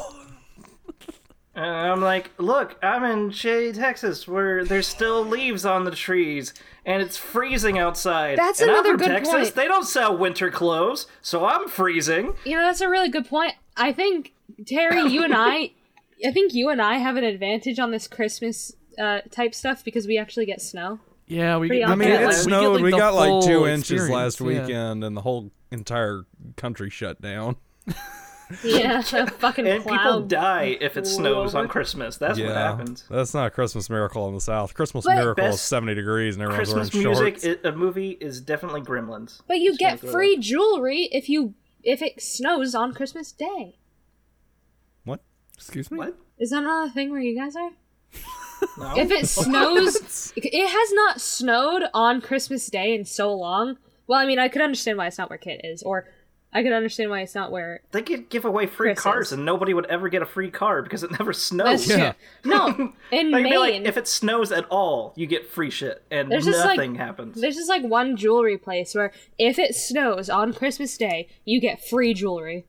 D: And I'm like, look, I'm in Shea, Texas, where there's still leaves on the trees, and it's freezing outside.
A: That's
D: and
A: another
D: I'm from
A: good
D: Texas.
A: point.
D: They don't sell winter clothes, so I'm freezing.
A: You know, that's a really good point. I think Terry, you and
B: *laughs*
A: I, I think you and I have an advantage on this Christmas uh, type stuff because we actually get
D: *laughs*
A: snow.
C: Yeah, we.
A: Pretty
C: get-
A: I
B: I mean,
A: Yeah,
B: it
A: like-
B: snowed. We
C: the
B: got like
C: full
B: two inches
C: experience,
B: last
C: yeah.
B: weekend, and the whole entire country shut down.
A: Yeah, *laughs* a fucking
D: And people
A: cloud.
D: die if it snows on Christmas. That's what
B: Yeah,
D: happens.
B: that's not a Christmas miracle in the South. Christmas
A: But-
B: miracle is
D: Best
B: seventy degrees, and everyone's
D: Christmas
B: wearing shorts.
D: music, i a movie, is definitely Gremlins.
A: But you get
D: throw it
A: free jewelry if you if it snows on Christmas Day.
B: what?
C: Excuse me.
D: What?
A: Is that not a thing where you guys are?
D: No.
A: If
D: *laughs*
A: it snows, it has not snowed on Christmas Day in so long. Well, I mean, I could understand why it's not where Kit is, or I could understand why it's not where.
D: They could give away free
A: Christmas.
D: cars, and nobody would ever get a free car because it never
A: That's
D: snows.
A: true.
B: Yeah.
D: *laughs*
A: No, in
D: Like, it'd be
A: Maine,
D: like, if it snows at all, you get free shit, and
A: There's just, like-
D: nothing happens.
A: There's just like one jewelry place where if it snows on Christmas Day, you get free jewelry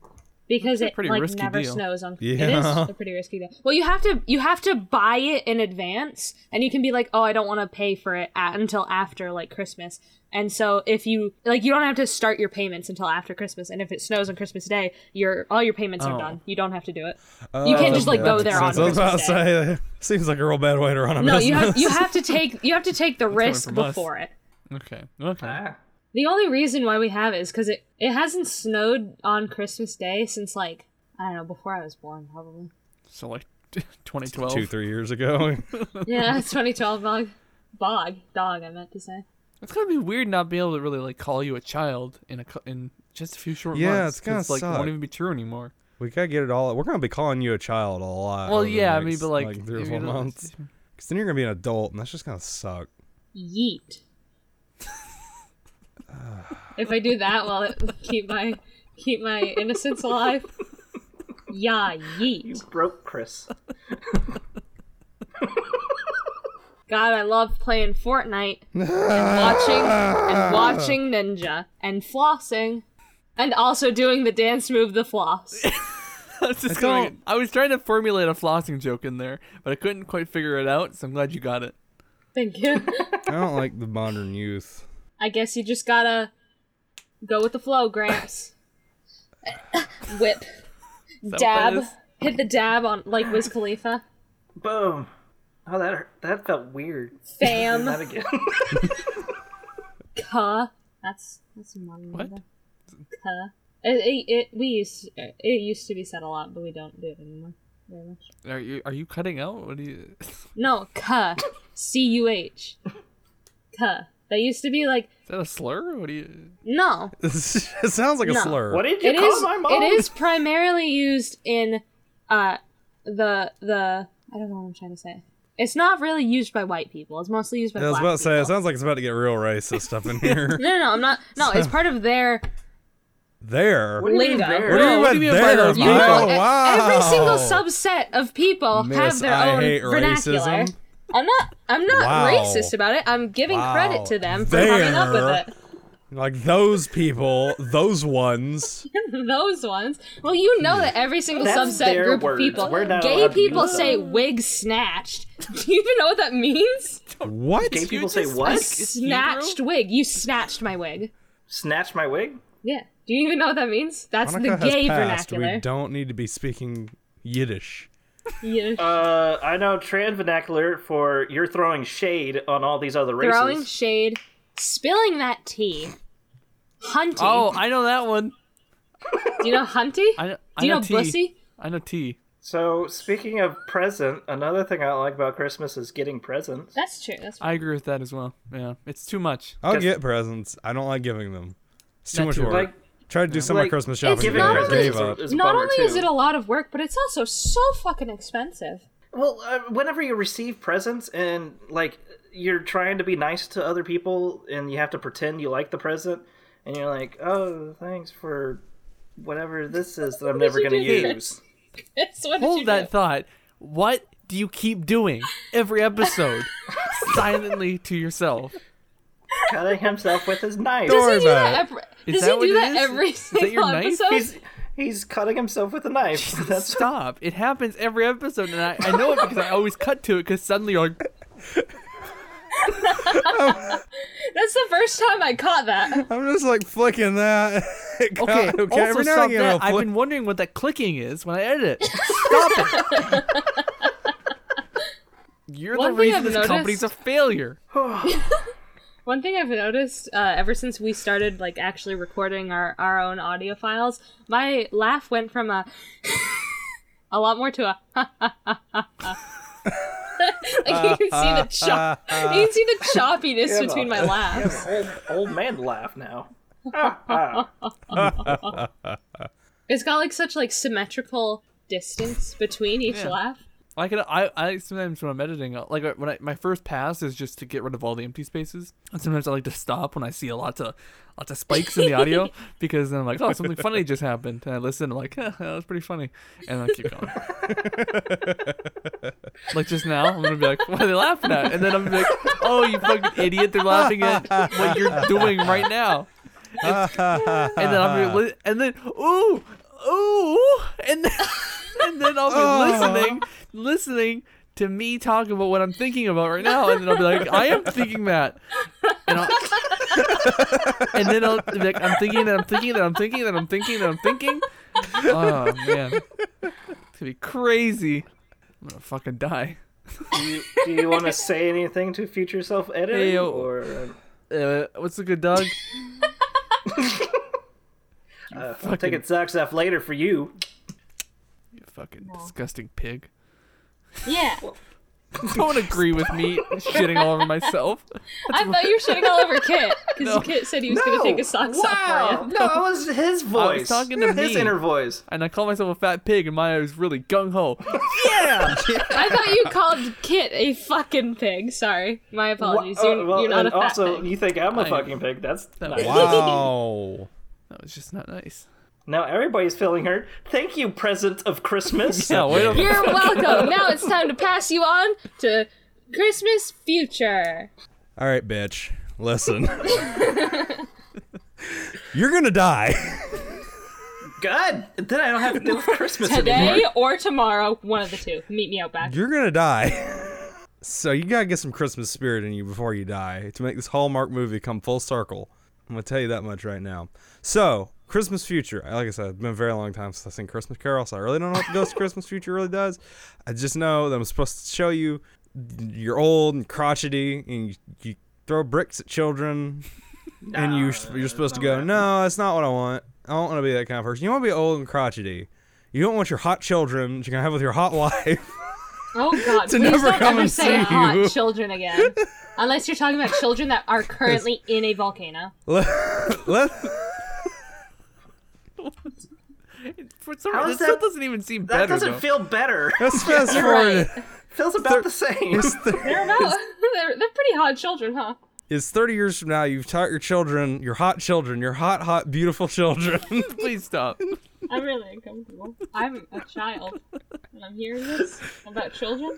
A: because
C: That's a
A: it
C: pretty
A: like
C: risky
A: never
C: deal.
A: snows on.
B: Yeah.
A: It is a pretty risky deal. Well, you have to you have to buy it in advance, and you can be like, oh, I don't want to pay for it at, until after like Christmas. And so if you like, you don't have to start your payments until after Christmas. And if it snows on Christmas Day, your all your payments
C: Oh.
A: are done. You don't have to do it.
B: Oh,
A: you can't just like go there on
B: So Uh, I was about to
A: Christmas Day.
B: say, *laughs* that seems like a real bad way to run a
A: No,
B: business.
A: you
B: *laughs*
A: have you have to take you have to take the risk
C: from us.
A: before it.
C: Okay. Okay.
D: Ah.
A: The only reason why we have it is because it, it hasn't snowed on Christmas Day since like I don't know before I was born probably.
C: So like *laughs* 2012.
B: two, three years ago. *laughs*
A: Yeah, it's 2012 bog, bog dog. I meant to say.
C: It's gonna be weird not being able to really like call you a child in a cou- in just a few short
B: Yeah,
C: months.
B: it's gonna
C: 'cause, like it
B: suck.
C: won't even be true anymore.
B: we gotta get it all. We're gonna be calling you a child a lot.
C: well,
B: over the
C: yeah, I mean,
B: next,
C: but like,
B: three or
C: *laughs* if
B: four
C: you don't-
B: months. Because then you're gonna be an adult, and that's just gonna suck. *laughs*
A: Yeet. if I do that, will it *laughs* keep my keep my innocence alive? Yeah, yeet.
D: broke Chris.
A: God, I love playing Fortnite and watching and watching Ninja and flossing and also doing the dance move the floss.
C: *laughs* I was, just
B: I
C: going-
B: don't-
C: I was trying to formulate a flossing joke in there, but I couldn't quite figure it out, so I'm glad you got it.
A: Thank you.
B: I don't like the modern youth. *laughs*
A: I guess you just gotta go with the flow, Gramps. Whip,
C: that what that
A: dab,
C: is?
A: hit the dab on like Wiz
C: *laughs*
A: Khalifa.
D: Boom. Oh, that hurt. that felt weird. Not
A: Fam, *laughs*
D: again.
A: cuh. That's that's a modern
C: What?
A: word. Cuh. It, it, it we used it used to be said a lot, but we don't do it anymore very much.
C: Are you are you cutting out? What do you? *laughs* Is
A: No, cuh. C U H. Cuh. That used to be like
C: that a slur? What do you?
A: no.
B: it sounds like a
A: No.
B: slur.
D: what did you
A: It
D: call
A: is.
D: my mom?
A: It is primarily used in, uh, the the. I don't know what I'm trying to say. It's not really used by white people. It's mostly used by.
B: I was
A: black
B: about to say, it
A: people.
B: sounds like it's about to get real racist up in
D: *laughs*
B: here.
A: No, no, no, I'm not. No,
B: *laughs*
A: it's part of their.
B: there.
D: What do you mean
A: Lingo.
D: there?
B: What do you
C: What do
B: mean
C: you mean by
B: there,
C: those
A: You
C: people?
B: Milo?
A: know, e-
B: wow.
A: Every single subset of people have
B: Miss
A: their
B: I
A: own
B: hate
A: vernacular.
B: racism.
A: I'm not. I'm not
B: Wow.
A: racist about it. I'm giving
B: Wow.
A: credit to them for
B: There.
A: coming up with
B: Like those people, those ones.
A: it. *laughs* Those ones. Well, you know that every single
D: That's
A: subset
D: their
A: group
D: words.
A: of people.
D: We're not
A: Gay
D: allowed to use
A: people
D: them.
A: say wig snatched. *laughs* Do you even know what that means?
B: What?
D: Gay people say
C: just-
A: I
D: what?
C: it's
A: snatched wig. You snatched my wig.
D: Snatch my wig?
A: Yeah. Do you even know what that means? That's
B: Hanukkah
A: the
B: has
A: gay
B: passed.
A: vernacular.
B: We don't need to be speaking Yiddish.
A: Yeah.
D: Uh, I know trans vernacular for you're throwing shade on all these other races.
A: Throwing shade, spilling that tea, hunting.
C: Oh, I know that one.
A: Do you know hunty?
C: I know. I
A: Do you know
C: tea.
A: bussy?
C: I know T.
D: so, speaking of present, another thing I don't like about Christmas is getting presents.
A: That's true. That's
C: I agree with that as well. Yeah, it's too much.
B: I'll
D: Just-
B: get presents. I don't like giving them. It's too
C: Not
B: much
C: too-
B: work.
D: Like,
B: Tried to do some of my
D: Like,
B: Christmas
A: it's
B: shopping today.
A: not
B: I
A: only-
B: gave up.
D: it's a
A: Not
D: bummer,
A: only is
D: too.
A: it a lot of work, but it's also so fucking expensive. *laughs*
D: Well, uh, whenever you receive presents and like you're trying to be nice to other people and you have to pretend you like the present and you're like, "Oh, thanks for whatever this is that I'm never
A: you
D: going to
A: do that?
D: use."
A: It's what did you
C: Hold that
A: do?
C: thought. What do you keep doing
A: *laughs*
C: every episode silently to yourself?
D: Cutting himself with his knife.
B: Don't worry
A: Does he do that
B: about it.
A: every,
C: Is
A: does
C: that
A: he
C: what
A: do
C: it
A: that
C: is?
A: every
C: Is that your
A: single
C: knife?
A: episode?
D: He's he's cutting himself with a knife. *laughs* That's
C: Stop. It happens every episode, and I, I know it because I always cut to it because suddenly you're like,
A: That's the first time I caught that.
B: I'm just like flicking that. *laughs* God,
C: *laughs* okay, also
B: every now
C: stop
B: and again I'll
C: that. I've
B: flick-
C: been wondering what that clicking is when I edit it. Stop it.
A: *laughs*
C: You're
A: One
C: the
A: thing
C: reason
A: I've
C: this company's a
A: noticed-
C: failure.
A: One thing I've noticed uh, ever since we started like actually recording our, our own audio files, my laugh went from a *laughs* a lot more to a *laughs* like you can see the chop you can see the choppiness
D: Yeah,
A: between my
D: no.
A: laughs.
D: old, old man laugh now.
A: It's got like such like symmetrical distance between each laugh.
C: I can I, I sometimes when I'm editing, I'll- like uh, when I my first pass is just to get rid of all the empty spaces, and sometimes I like to stop when I see a lot of lots of spikes in the audio because then I'm like, oh, something funny just happened, and I listen, I'm like, huh, that was pretty funny, and I keep going. like just now, I'm gonna be like, what are they laughing at? And then I'm gonna be like, oh, you fucking idiot, they're laughing at what you're doing right now.
B: *laughs*
C: It's- and then I'm gonna li- and then ooh ooh and then *laughs* and then I'll be listening listening to me talk about what I'm thinking about right now and then I'll be like I am thinking that and I'll *laughs* and then I'll be like I'm thinking that I'm thinking that I'm thinking that I'm thinking that I'm thinking oh man it's gonna be crazy I'm gonna fucking die
D: Do you, do you want to say anything to future self editing
C: Hey, yo.
D: or um,
C: uh, what's a good dog
D: uh, I'm taking socks off later for you?
C: you *laughs* fucking disgusting pig
A: Yeah.
C: don't agree with *laughs* me shitting all over myself
A: I thought you were shitting all over Kit because
C: No.
A: Kit said he was going to take his socks off for you.
D: No, it was his voice.
C: talking to
D: his
C: me.
D: inner voice.
C: and I call myself a fat pig, and Maya was really gung
D: *laughs*
C: ho. yeah,
A: I thought you called Kit a fucking pig. Sorry, my apologies.
D: Wha-
A: You're,
D: uh, well,
A: you're not
D: and
A: a fat
D: also,
A: pig.
D: you think I'm a
C: I-
D: fucking pig? That's
C: That
D: nice.
C: was-
B: Wow.
C: that was just not nice.
D: now everybody's feeling hurt. Thank you, *laughs* present of Christmas.
C: Yeah, wait a
A: You're welcome. now it's time to pass you on to Christmas future.
B: All right, bitch. Listen. You're going to die.
D: Good. Then I don't have to deal with Christmas
A: Today
D: anymore.
A: or tomorrow, one of the two. Meet me out back.
B: You're going to die. *laughs* So you got to get some Christmas spirit in you before you die to make this Hallmark movie come full circle. I'm going to tell you that much right now. So, Christmas Future. Like I said, it's been a very long time since I've seen Christmas Carol, so I really don't know what the Ghost of Christmas Future really does. I just know that I'm supposed to show you you're old and crotchety and you, you throw bricks at children and you you're supposed to go, no, that's not what I want. I don't want to be that kind of person. You want to be old and crotchety. You don't want your hot children that you're gonna have with your hot *laughs* wife.
A: Oh God! Please
B: never
A: don't
B: come
A: ever
B: and
A: say
B: see
A: hot
B: you.
A: children again. Unless you're talking about children that are currently in a volcano.
B: Let- let-
D: *laughs*
C: For some
D: How
C: reason,
D: is
C: that, still
D: that-
C: doesn't even seem
D: That
C: better.
D: doesn't
C: though.
D: feel better.
B: let's fast
A: You're
B: forward.
A: right.
D: feels about the same.
B: It's, th-
A: They're about. *laughs* They're, they're pretty hot children, huh?
B: it's 30 years from now. You've taught your children, your hot children, your hot, hot, beautiful children. *laughs*
C: Please
D: *laughs*
C: stop.
A: I'm really uncomfortable. I'm a child, and I'm hearing this about children.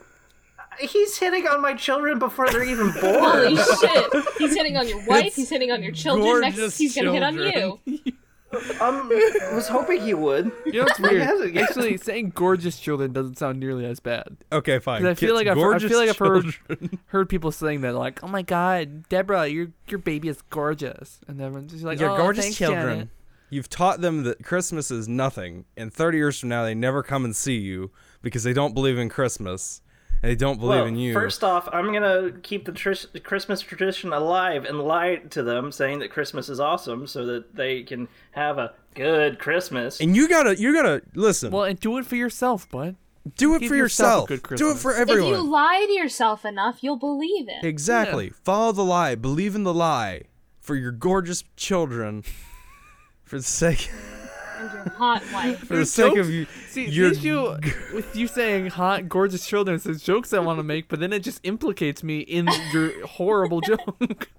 D: He's hitting on my children before they're
A: *laughs*
D: even
A: Holy
D: born.
A: shit! He's hitting on your wife.
B: It's
A: he's hitting on your children. Next,
B: gorgeous
A: he's gonna hit on
B: children.
A: you.
D: um, was hoping he would.
C: You know what's
D: hasn't
C: weird?
D: yet.
C: Actually, saying gorgeous children doesn't sound nearly as bad.
B: okay, fine.
C: 'Cause I feel
B: Kids,
C: like I've, I
B: gorgeous
C: feel like I've heard,
B: children.
D: *laughs*
C: heard people saying that, like, "Oh my God, Deborah, your your baby is gorgeous," and everyone's just like,
B: Your
C: "Oh,
B: gorgeous
C: thanks,
B: children.
C: Janet."
B: You've taught them that Christmas is nothing, and 30 years from now, they never come and see you because they don't believe in Christmas and they don't believe
D: Well,
B: in you.
D: First off, I'm gonna keep the tris- the Christmas tradition alive and lie to them, saying that Christmas is awesome, so that they can have a good Christmas.
B: and you gotta, you gotta listen.
C: Well, and do it for yourself, bud.
B: do it
C: give
B: for
C: yourself
B: yourself.
C: a good
B: do it
C: Christmas.
B: for
A: If
B: everyone.
A: you lie to yourself enough, you'll believe it.
B: Exactly. Follow the lie. Believe in the lie for your gorgeous
C: *laughs*
B: children. For the sake,
A: And your hot wife.
B: *laughs* for the sake of
C: jokes-
B: you,
C: See,
B: your-
C: the issue *laughs* with you saying hot, gorgeous children is the jokes I want to make, but then it just implicates me in *laughs* your horrible joke.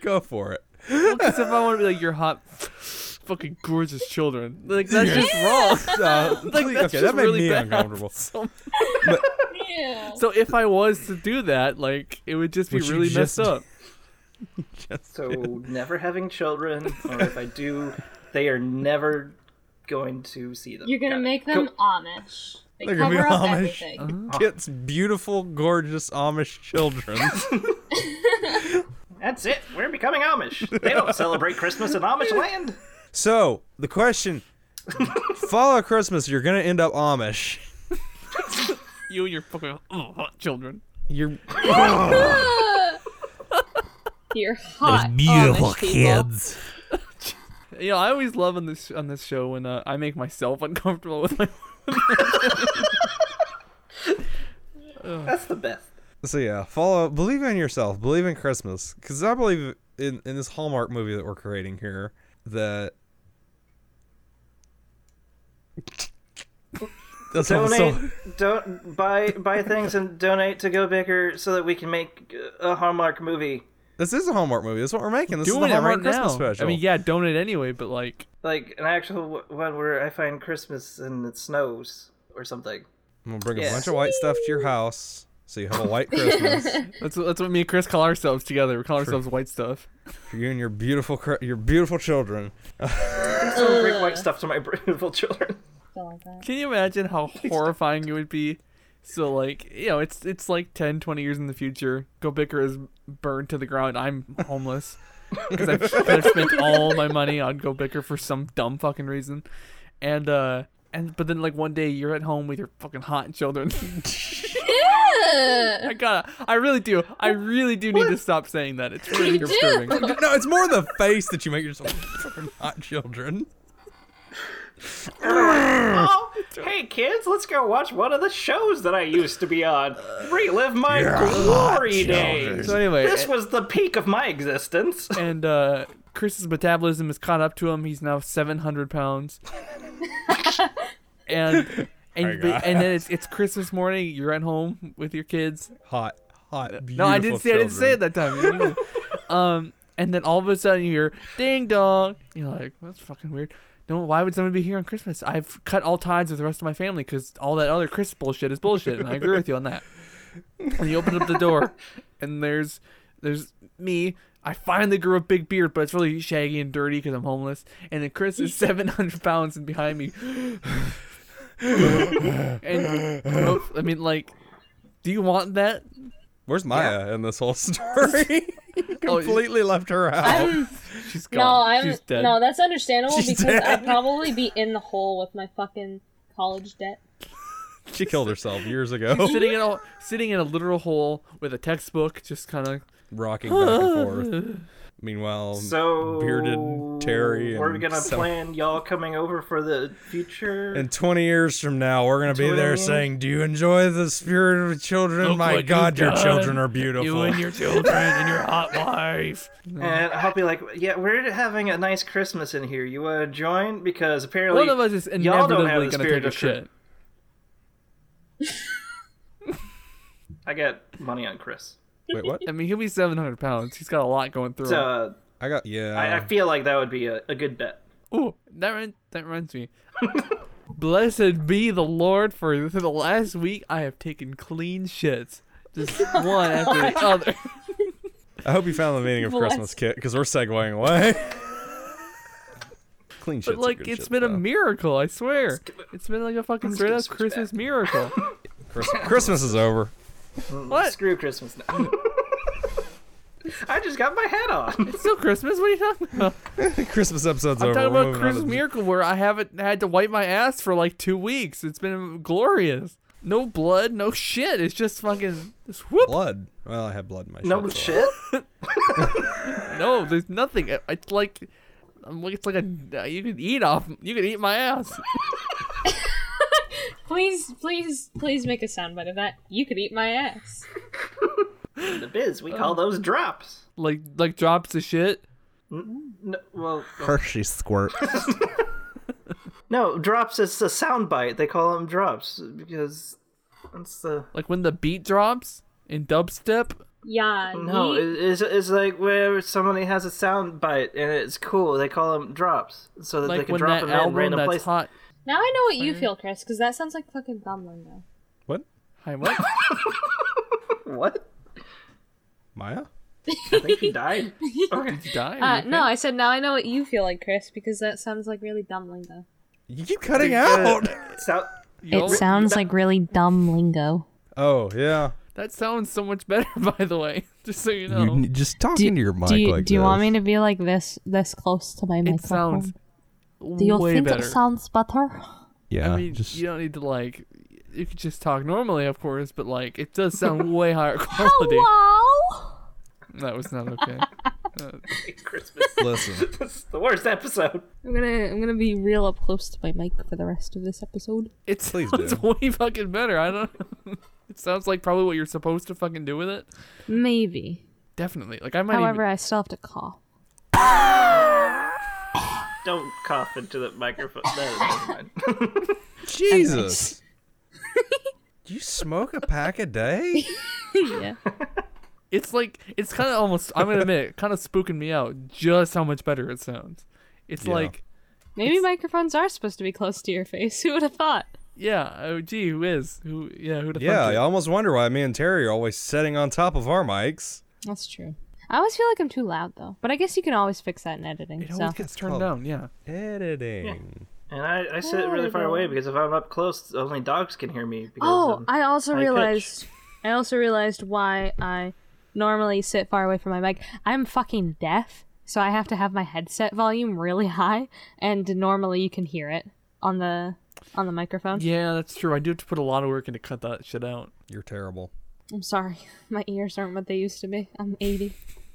B: go for it.
C: Because if I want to be like, you're hot, fucking gorgeous children, like, that's just wrong.
B: Uh,
C: *laughs* Like,
B: please-
C: that's
B: okay,
C: just
B: that made
C: really
B: me
C: bad.
B: uncomfortable.
C: *laughs* So,
A: Ew.
C: so if I was to do that, like, it would just be
B: Which you
C: really
B: just
C: messed up.
B: *laughs*
D: so never having children, or if I do, they are never going to see them.
A: You're gonna
D: Got it.
A: make them Amish. They
B: They're gonna
A: cover
B: be
A: up
B: Amish.
A: everything.
B: Ah, It's beautiful, gorgeous Amish
C: *laughs*
B: children.
D: That's it. We're becoming Amish. They don't celebrate Christmas in Amish land.
B: so the question: Follow Christmas, you're gonna end up Amish.
C: You and your fucking oh, hot children.
B: You're Uh-huh.
A: *laughs* You're hot. Amish people.
C: You know, I always love on this on this show when uh, I make myself *laughs* uncomfortable with my.
D: That's the best.
B: So yeah, follow, believe in yourself, believe in Christmas, because I believe in in this Hallmark movie that we're creating here
C: *laughs*
B: that. That's what I'm so-
D: Donate, don't buy buy things and donate to Go Bigger so that we can make a Hallmark movie.
B: This is a Hallmark movie. That's what we're making. This
C: doing
B: is
C: it
B: the
C: right
B: Hallmark
C: now.
B: Christmas special.
C: I mean, yeah, don't it anyway, but like,
D: like an actual w- one where I find Christmas and it snows or something.
B: I'm gonna bring a
D: Yeah.
B: bunch of white stuff to your house, so you have a
C: *laughs*
B: white Christmas
C: that's what- that's what me and Chris call ourselves together. We call ourselves white stuff.
B: for you and your beautiful cri- your beautiful children.
D: So bring white stuff to my *laughs* beautiful children.
A: Something like that.
C: Can you imagine how horrifying it would be? So like, you know, it's it's like 10, 20 years in the future. Go Bicker is burned to the ground. I'm homeless because I've, 'cause I've spent all my money on Go Bicker for some dumb fucking reason. And uh and but then like one day you're at home with your fucking hot children. *laughs*
A: Ew.
C: I gotta, I really do, I really do need to stop saying that. It's really
A: do.
C: disturbing.
B: no, it's more the face that you make yourself *laughs* for not children.
D: Oh, *laughs* hey kids, let's go watch one of the shows that I used to be on. Relive my glory days.
C: So anyway, eh,
D: This was the peak of my existence.
B: Um,
C: and uh, Chris's metabolism has caught up to him. He's now 700 pounds. and and,
B: God.
C: and then it's, it's Christmas morning. You're at home with your kids.
B: Hot, hot, beautiful
C: No, I didn't say I didn't say it
B: children.
C: that time. You
B: *laughs*
C: didn't. um, and then all of a sudden you hear ding dong. You're like, that's fucking weird. No, why would someone be here on Christmas? I've cut all ties with the rest of my family because all that other Christmas bullshit is bullshit, and I agree with you on that. And he opened up the
B: *laughs*
C: door, and there's there's me. I finally grew a big beard, but it's really shaggy and dirty because I'm homeless. And then Chris is 700 pounds and
B: *laughs*
C: behind me. and I mean, like, do you want that?
B: Where's Maya in this
C: *laughs*
B: whole *laughs*
C: Oh,
B: story? Completely left her out.
A: I'm
C: She's gone.
A: no, I'm
C: She's dead.
A: no. That's understandable
B: She's
A: because
B: dead.
A: I'd probably be in the hole with my fucking college debt.
B: she killed herself years ago,
C: *laughs* sitting in a sitting in a literal hole with a textbook, just kind of
B: *laughs* rocking back and
C: *sighs*
B: forth. Meanwhile,
D: So
B: bearded Terry.
D: We're
B: and
D: gonna
B: some-
D: plan y'all coming over for the future.
B: In 20 years from now, we're going to be
D: 20
B: there
D: years.
B: saying, Do you enjoy the spirit of children?
C: Look
B: My
C: what
B: God,
C: you've
B: your children
C: done.
B: are beautiful.
C: you and your children and your
D: *laughs*
C: hot wife.
D: and I'll be like, yeah, we're having a nice Christmas in here. You wanna join? Because apparently
C: One of us is
D: y'all don't have
C: inevitably
D: the
C: gonna
D: spirit
C: take a
D: of Chri-
C: shit.
D: I got money on Chris.
B: Wait, what?
C: I mean, he'll be 700 pounds. He's got a lot going through.
D: So
C: him.
D: uh,
B: I got, yeah.
D: I, I feel like that would be a, a good bet.
C: Ooh, that rem- that reminds me. *laughs* Blessed be the Lord for the last week I have taken clean shits,
D: *laughs*
C: just one after the other.
B: I hope you found the meaning of
A: Bless.
B: Christmas kit because we're segueing away. *laughs* Clean shit's a
C: But *laughs* like,
B: good
C: it's
B: shit,
C: been a
B: though.
C: miracle. I swear, it's been like a fucking straight
D: get
C: up
D: switched
C: Christmas
D: back.
C: miracle.
D: *laughs*
B: Christ- Christmas is over. *laughs*
C: what?
D: Screw Christmas now. I just got my hat on. *laughs*
C: It's still Christmas. What are you talking about?
B: Christmas episode's
C: I'm
B: over.
C: talking
B: We're
C: about
B: moving on
C: Christmas
B: to-
C: miracle where I haven't had to wipe my ass for like two weeks. It's been glorious. No blood, no shit. It's just fucking just whoop.
B: Blood. Well, I have blood in my
D: No
B: shorts.
D: shit.
C: No, there's nothing. It- It's like, I'm like- it's like a uh, you can eat off. You can eat my ass.
A: Please, please, please make a soundbite of that. You could eat my ass.
D: The biz. We call those drops.
C: Like like drops of shit.
D: No, well,
B: Hershey squirt.
D: *laughs* no drops. It's a sound bite. They call them drops because it's the
C: Like when the beat drops in dubstep.
A: Yeah.
D: no.
A: yeet.
D: It, it's, it's like where somebody has a sound bite and it's cool. They call them drops so that they
C: Like
D: can
C: when
D: drop
C: that
D: them in
C: album
D: random
C: that's
D: places.
C: hot.
A: now I know what you feel, Chris, because that sounds like fucking Thumblingo.
B: what?
C: Hi, what?
D: What?
B: Maya?
D: I think he
C: *laughs*
D: died. okay.
C: Did you die? Are
A: Uh,
C: you
A: no,
C: okay?
A: I said now I know what you feel like, Chris, because that sounds like really dumb lingo.
B: You keep cutting out.
D: *laughs* Uh, so,
C: You always-
A: sounds like really dumb lingo.
B: Oh, yeah.
C: That sounds so much better, *laughs* by the way. Just so you know.
B: You, just talking to your mic
A: Oh. do you,
B: like
A: do you want
B: this.
A: me to be like this, this close to my
C: it
A: microphone?
C: sounds
A: do you
C: way
A: think
C: better.
A: it sounds better?
B: Yeah.
C: I mean,
B: just...
C: you don't need to like. You could just talk normally, of course, but like it
B: *laughs*
C: does sound way higher quality.
A: Hello.
C: That was
B: *laughs*
C: not okay.
D: *laughs* Christmas.
B: Listen.
D: *laughs* this is the worst episode.
A: I'm gonna I'm gonna be real up close to my mic for the rest of this episode.
C: It
B: Please
C: sounds
B: do.
C: way fucking better. I don't. *laughs* know. it sounds like probably what you're supposed to fucking do with it.
A: Maybe.
C: Definitely. Like I might.
A: However, I still have to
C: *laughs*
A: cough.
D: Don't cough into the microphone. No, never mind.
B: Jesus. Do you smoke a pack
A: *laughs*
B: a day?
A: yeah.
C: even, it's like
B: *laughs*
C: it's kind of almost. I'm gonna admit, kind of spooking me out. Just how much better it sounds. It's
B: Yeah.
C: like
A: Maybe microphones are supposed to be close to your face. *laughs* Who would have thought? yeah.
C: yeah. Oh gee, who is who? Yeah, who?
B: yeah, I almost wonder why me and Terry are always sitting on top of our mics.
A: That's true. I always feel like I'm too loud though, but I guess you can always fix that in editing.
C: It
A: so
C: always gets turned
B: Oh.
C: down. Yeah.
B: Editing.
D: And I, I sit really far away because if I'm up close, only dogs can hear me. Because
A: Oh,
D: um,
A: I also
D: high
A: realized I also realized why I normally sit far away from my mic. I'm fucking deaf, so I have to have my headset volume really high and normally you can hear it on the on the microphone.
C: Yeah, that's true. I do have to put a lot of work in to cut that shit out.
B: *laughs* You're terrible.
A: I'm sorry. *laughs* My ears aren't what they used to be. I'm
B: *laughs*
A: 80.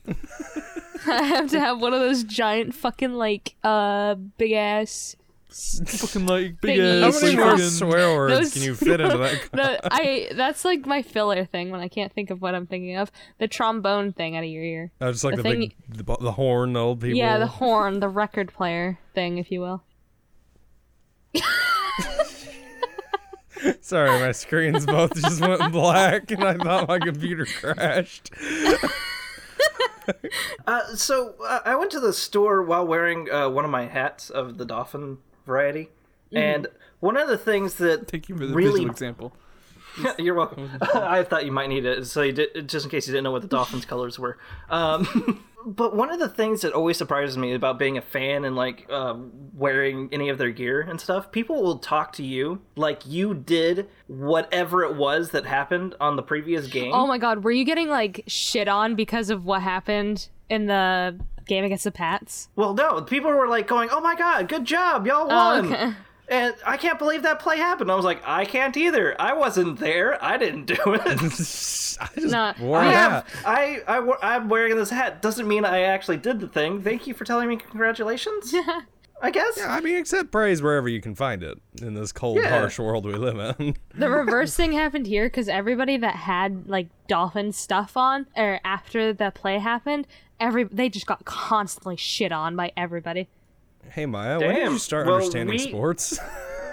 A: *laughs* I have to have one of those giant fucking like uh big ass
C: Fucking
A: big
C: like big
A: Thingies.
B: How
A: ass,
B: many more swear
A: *laughs*
B: words
A: Those-
B: can you fit into that?
A: no, I that's like my filler thing when I can't think of what I'm thinking of. The trombone thing out of your ear.
B: I just like the,
A: The
B: big, the, bo- the horn, the old people.
A: Yeah, the horn, the record player thing, if you will.
B: Sorry, my screens both just went black, and I thought my computer crashed. *laughs*
D: uh, so uh, I went to the store while wearing uh, one of my hats of the dolphin variety.
A: Mm-hmm.
D: And one of the things that
C: Thank you for the
D: really
C: visual example.
D: *laughs* You're welcome.
A: Mm-hmm.
D: I thought you might need it, so you did, just in case you didn't know what
A: *laughs*
D: the Dolphins' colors were. Um, *laughs* but one of the things that always surprises me about being a fan and like uh, wearing any of their gear and stuff, people will talk to you like you did whatever it was that happened on the previous game.
A: Oh my god, were you getting like shit on because of what happened in the game against the Pats?
D: Well, no, people were like going, "Oh my god, good job, y'all won."
A: Oh, okay.
D: And I can't believe that play happened. I was like, I can't either. I wasn't there. I didn't do
A: *laughs*
D: it.
B: I just
A: No,
B: wore
A: I
B: it
A: have-
B: out.
D: I, I, wo- I'm wearing this hat. Doesn't mean I actually did the thing. Thank you for telling
A: *laughs*
D: me congratulations. I guess.
B: I mean, accept praise wherever you can find it in this cold,
D: Yeah.
B: harsh world we live in. *laughs*
A: *laughs* The reverse thing happened here because everybody that had like dolphin stuff on or after the play happened, every they just got constantly shit on by everybody.
B: hey, Maya, when did
D: Damn.
B: you start
D: Well,
B: understanding
D: we-
B: sports? *laughs*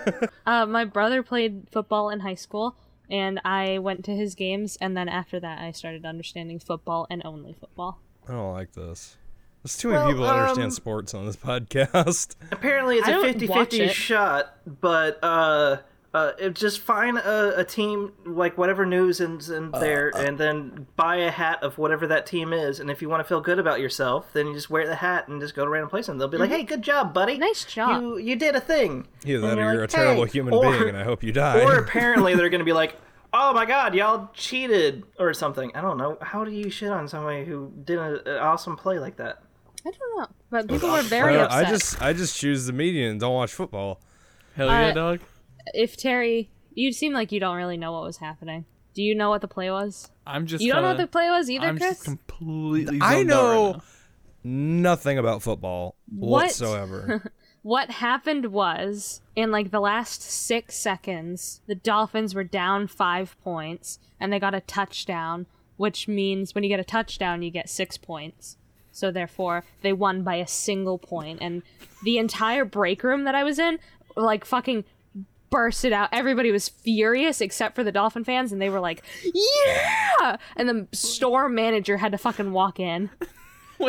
A: Uh, my brother played football in high school, and I went to his games, and then after that, I started understanding football and only football.
B: I don't like this. There's too many
D: Well,
B: people that
D: um,
B: understand sports on this podcast. *laughs*
D: Apparently, it's
A: I
D: a
A: don't
D: 50
A: watch
D: 50
A: it.
D: shot, but uh, uh, it- just find a, a team, like whatever news and, and there, and then buy a hat of whatever that team is. And if you want to feel good about yourself, then you just wear the hat and just go to random places. And they'll be like, hey, good job, buddy.
A: Mm-hmm. Nice job."
D: You, you did a thing.
B: Either that
D: And
B: or
D: you're
B: you're
D: like,
B: a terrible
D: "Hey."
B: human
D: Or-
B: being and *laughs* I hope you die.
D: Or apparently they're going to
C: *laughs*
D: be like, "Oh my God, y'all cheated" or something. I don't know. How do you shit on somebody who did a- an awesome play like that?
A: I don't know, but people were very
B: Uh,
A: upset.
B: I just I just choose the media and don't watch football.
C: Hell yeah,
A: Uh,
C: dog.
A: If Terry, you seem like you don't really know what was happening. Do you know what the play was?
C: I'm just.
A: You don't know what
C: kinda-
A: the play was either,
C: I'm
A: Chris.
C: just completely.
B: I
C: zoned out right
B: know
C: now.
B: nothing about football
A: What?
D: *laughs*
B: whatsoever.
A: what happened was in like the last six seconds the dolphins were down five points and they got a touchdown which means when you get a touchdown you get six points so therefore they won by a single point and the entire break room that i was in like fucking bursted out everybody was furious except for the dolphin fans and they were like yeah and the store manager had to fucking walk in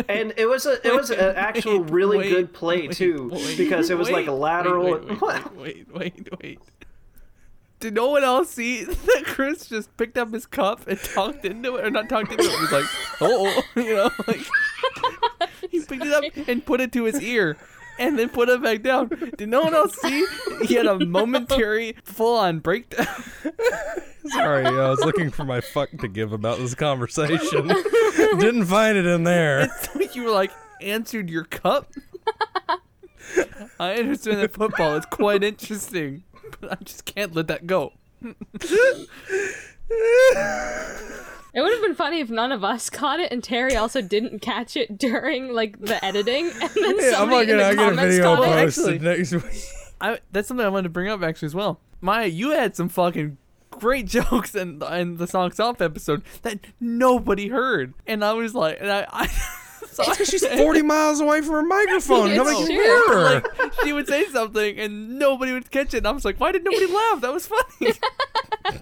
D: And it was a it was an actual really
C: wait,
D: good play too
C: wait,
D: because it was like
C: wait,
D: a lateral.
C: Wait, wait,
D: what? *laughs*
C: wait, wait, wait, wait. Did no one else see *laughs* that Chris just picked up his cup and talked into it, or not talked into it? He was like, "Oh," *laughs* you know, like
A: *laughs*
C: he picked it up and put it to his ear, and then put it back down. Did no one else see? He
A: *laughs*
C: had a momentary, full-on breakdown.
B: Sorry, I was looking for my fuck to give about this conversation. *laughs* Didn't find it in there.
C: *laughs* you were like answered your cup. *laughs* I understand that football is quite interesting, but I just can't let that go. *laughs*
A: It would have been funny if none of us caught it and Terry also didn't catch it during like the editing, and then
B: Yeah, I'm not
A: somebody
B: gonna I
A: in the
B: get a
A: comments
B: video
A: caught it.
B: posted
C: Actually-
B: next week.
C: I that's something I wanted to bring up actually as well. Maya, you had some fucking great *laughs* jokes in in the songs off episode that nobody heard, and I was like, and I. *laughs* I so I-
B: She's 40 miles away from her microphone.
A: It's
B: Nobody can
A: true.
B: hear her.
C: like *laughs* she would say something and nobody would catch it. And I was like, why did nobody laugh? That was funny. *laughs*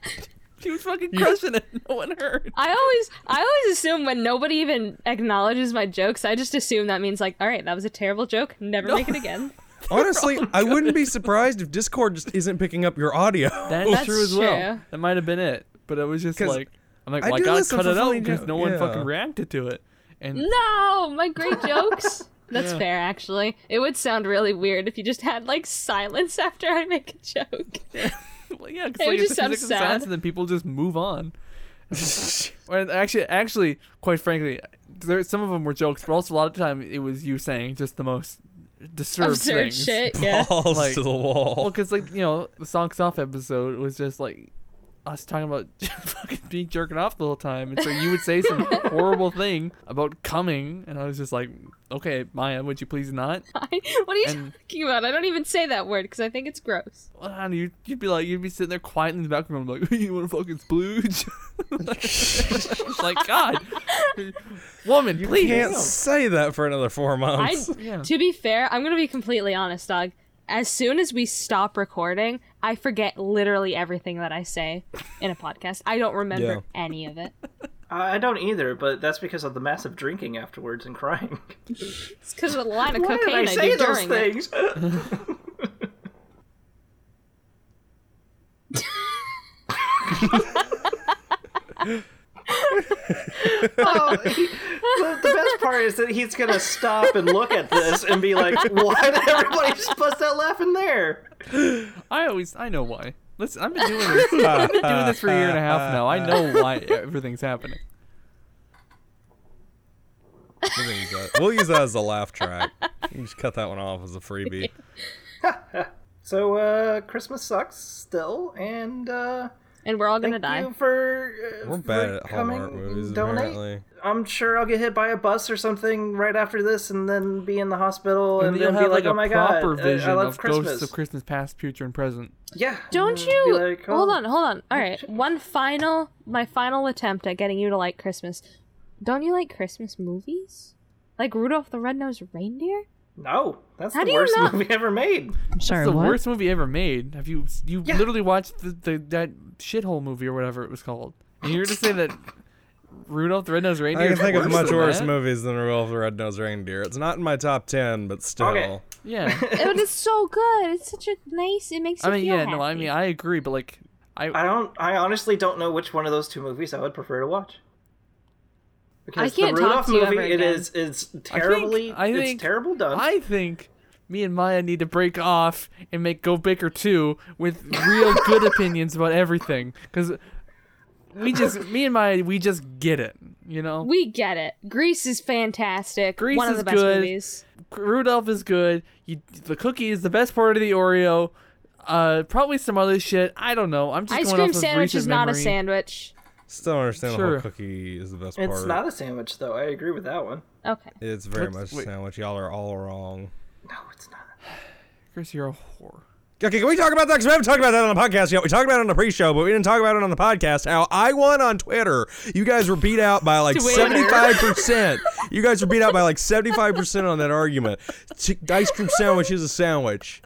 C: she was fucking crushing it. No one heard.
A: I always, I always assume when nobody even acknowledges my jokes, I just assume that means like, all right, that was a terrible joke. Never make it again.
B: *laughs* *laughs* Honestly, I wouldn't be surprised if Discord just isn't picking up your audio.
C: That's,
A: That's
C: true as well.
A: true.
C: That might have been it, but it was just
B: 'Cause
C: like I'm like,
B: I
C: well, I
B: do
C: gotta
B: listen
C: cut
B: for
C: it out
B: funny
C: because
B: jo-
C: no one
B: yeah.
C: fucking reacted to it. And
A: No, my great
B: *laughs*
A: jokes. That's fair, actually. It would sound really weird if you just had like silence after I make a joke.
C: well, yeah,
A: It
C: because like,
A: would just
C: it's just
A: sound
C: like
A: sad.
C: and then people just move on.
A: *laughs*
C: Well, actually, actually, quite frankly, there some of them were jokes, but also a lot of time it was you saying just the most disturbed
A: Absurd
B: *laughs*
C: things.
A: shit. Yeah.
B: Balls
C: Like-
B: to the
C: Well,
B: wall.
C: because like you know, the songs off episode was just like us talking about *laughs* fucking being jerking off the whole time, and so you would say some horrible thing about coming, and I was just like, okay, Maya, would you please not?
A: *laughs* what are you
C: And-
A: talking about? I don't even say that word because I think it's gross.
C: Well, I don't know, you'd, you'd be like, you'd be sitting there quiet in the background, like, *laughs* you want to fucking splooge? *laughs* It's like, God, woman, please.
B: Can't say that for another four
A: I,
B: months.
C: *laughs* Yeah.
A: to be fair, I'm gonna be completely honest, dog. As soon as we stop recording, I forget literally everything that I say in a podcast. I don't remember
B: Yeah.
A: any of it.
D: I I don't either, but that's because of the massive drinking afterwards and crying.
A: *laughs* It's because of the line of
D: Why did
A: cocaine
D: I
A: I,
D: say
A: do
D: those
A: during it.
D: things? *laughs* Oh, he- the, the best part is that he's gonna stop and look at this and be like, "Why did everybody just bust out laughing there?"
C: I always I know why. Listen, I've been doing this. *laughs* I've been doing this for a year and a half now. I know why everything's happening.
B: *laughs* We'll use that- We'll use that as a laugh track. You can just cut that one off as a
C: *laughs*
B: freebie.
D: So uh, Christmas sucks still, and uh,
A: and we're all gonna
D: thank
A: die.
D: you for uh,
B: We're
D: for
B: bad at
D: coming
B: Hallmark
D: and
B: movies,
D: donate.
B: apparently.
D: I'm sure I'll get hit by a bus or something right after this, and then be in the hospital,
C: And
D: and,
C: you'll
D: then be
C: have
D: like,
C: like
D: "Oh
C: a
D: my
C: proper
D: god, I-
C: vision
D: I love
C: of
D: Christmas."
C: ghosts of Christmas past, future, and present.
D: yeah,
A: Don't
D: and be
A: you?
D: like,
A: Hold
D: "Oh,
A: on, hold on. All *laughs* right, one final, my final attempt at getting you to like Christmas. Don't you like Christmas movies? Like Rudolph the Red-Nosed Reindeer?
D: No, that's
A: How
D: the
A: do you
D: worst
A: not-
D: movie ever made.
E: I'm sorry,
C: It's the
E: what?
C: worst movie ever made. Have you you
D: Yeah.
C: literally watched the, the that shithole movie or whatever it was called? And you're to say that Rudolph the Red-Nosed Reindeer.
B: I can
C: is
B: think of
C: worse
B: much
C: than
B: worse
C: that?
B: movies than Rudolph the Red-Nosed Reindeer. It's not in my top ten, but still.
D: Okay.
C: Yeah,
D: *laughs*
A: But
C: *laughs*
A: it's so good. It's such a nice. It makes you
C: I mean,
A: feel
C: yeah, no, I
A: happy.
C: mean, I agree, but like, I,
D: I don't. I honestly don't know which one of those two movies I would prefer to watch. Because
A: can't
D: the
A: talk
D: Rudolph
A: to you
D: movie,
A: ever
D: it
A: again.
D: is it's terribly
C: I think-
D: it's terrible done.
C: I think me and Maya need to break off and make Go Baker Two with real good opinions about everything because we just me and Maya we just get it, you know.
A: we get it. Grease is fantastic.
C: Grease
A: one of
C: is
A: the best
C: good.
A: movies.
C: Rudolph is good. You, the cookie is the best part of the Oreo. Uh, probably some other shit. I don't know. I'm just
A: Ice
C: going
A: cream
C: off of
A: sandwich is
C: recent
A: not a
C: memory.
A: sandwich.
B: Still don't understand the
C: Sure.
B: whole cookie is the best part.
D: it's not a sandwich though. I agree with that one.
A: Okay. *laughs*
B: It's very
C: What's-
B: much a
C: wait.
B: sandwich. Y'all are all wrong.
D: No, it's not.
C: Chris, you're a *laughs* whore.
B: Okay, can we talk about that? Because we haven't talked about that on the podcast yet. We talked about it on the pre-show, but we didn't talk about it on the podcast. How I won on Twitter. You guys were beat out by like
A: Twitter.
B: seventy-five percent. You guys were beat out by like seventy-five percent on that argument. Ch- Ice cream sandwich is a sandwich.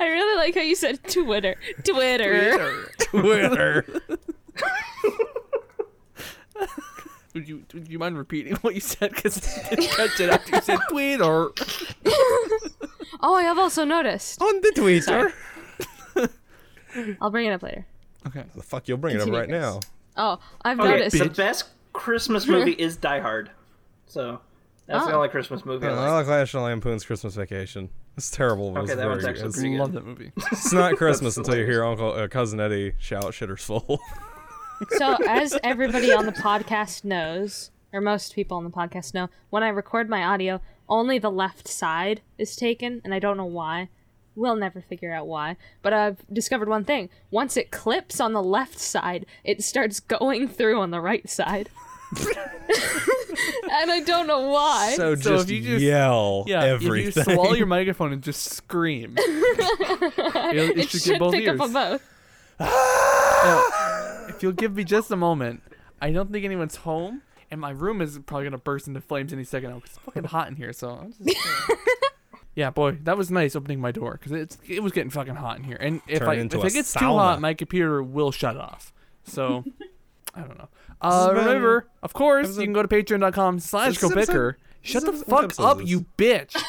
A: I really like how you said Twitter. Twitter.
B: Twitter.
C: Would you would you mind repeating what you said? Because I didn't catch it after you *laughs* said Twitter.
A: Oh, I have also noticed.
B: on the Twitter.
A: I'll bring it up later.
C: Okay.
B: The fuck, you'll bring it up
A: Continue,
B: right
A: Chris.
B: now.
A: Oh, I've
D: Okay,
A: noticed.
D: the best
A: *laughs*
D: Christmas movie is Die Hard. So that's the
A: Oh.
D: only Christmas movie I
B: I
D: like.
B: like National Lampoon's Christmas Vacation. It's terrible. But
D: Okay,
B: it's
D: that one's
B: very
D: actually
B: good.
D: pretty good.
C: Love that movie.
B: It's
D: *laughs*
B: not Christmas until you hear Uncle uh, Cousin Eddie shout "Shitter's
C: *laughs*
B: full."
A: So, as everybody on the podcast knows, or most people on the podcast know, when I record my audio, only the left side is taken, and I don't know why. We'll never figure out why. But I've discovered one thing. Once it clips on the left side, it starts going through on the right side. and I don't know why.
B: so just,
C: So if you just-
B: yell
C: Yeah. If you
B: everything.
C: swallow your microphone and just scream,
A: *laughs*
C: it,
A: it
C: should
A: should
C: get both
A: pick
C: ears.
A: up on both.
C: if you'll give me just a moment, I don't think anyone's home, and my room is probably gonna burst into flames any second. It's fucking hot in here, so. I'm just yeah, boy, that was nice opening my door because it's it was getting fucking hot in here, and if
B: Turn
C: I if
B: into a
C: it gets too
B: sauna.
C: hot, my computer will shut off. So. I don't know. Uh,
B: been-
C: remember, of course, you can go to patreon.com slash
B: This is episode-
C: gobicker.
B: this
C: Shut the
B: episode- what
C: fuck
B: episode
C: up,
B: is
C: you bitch.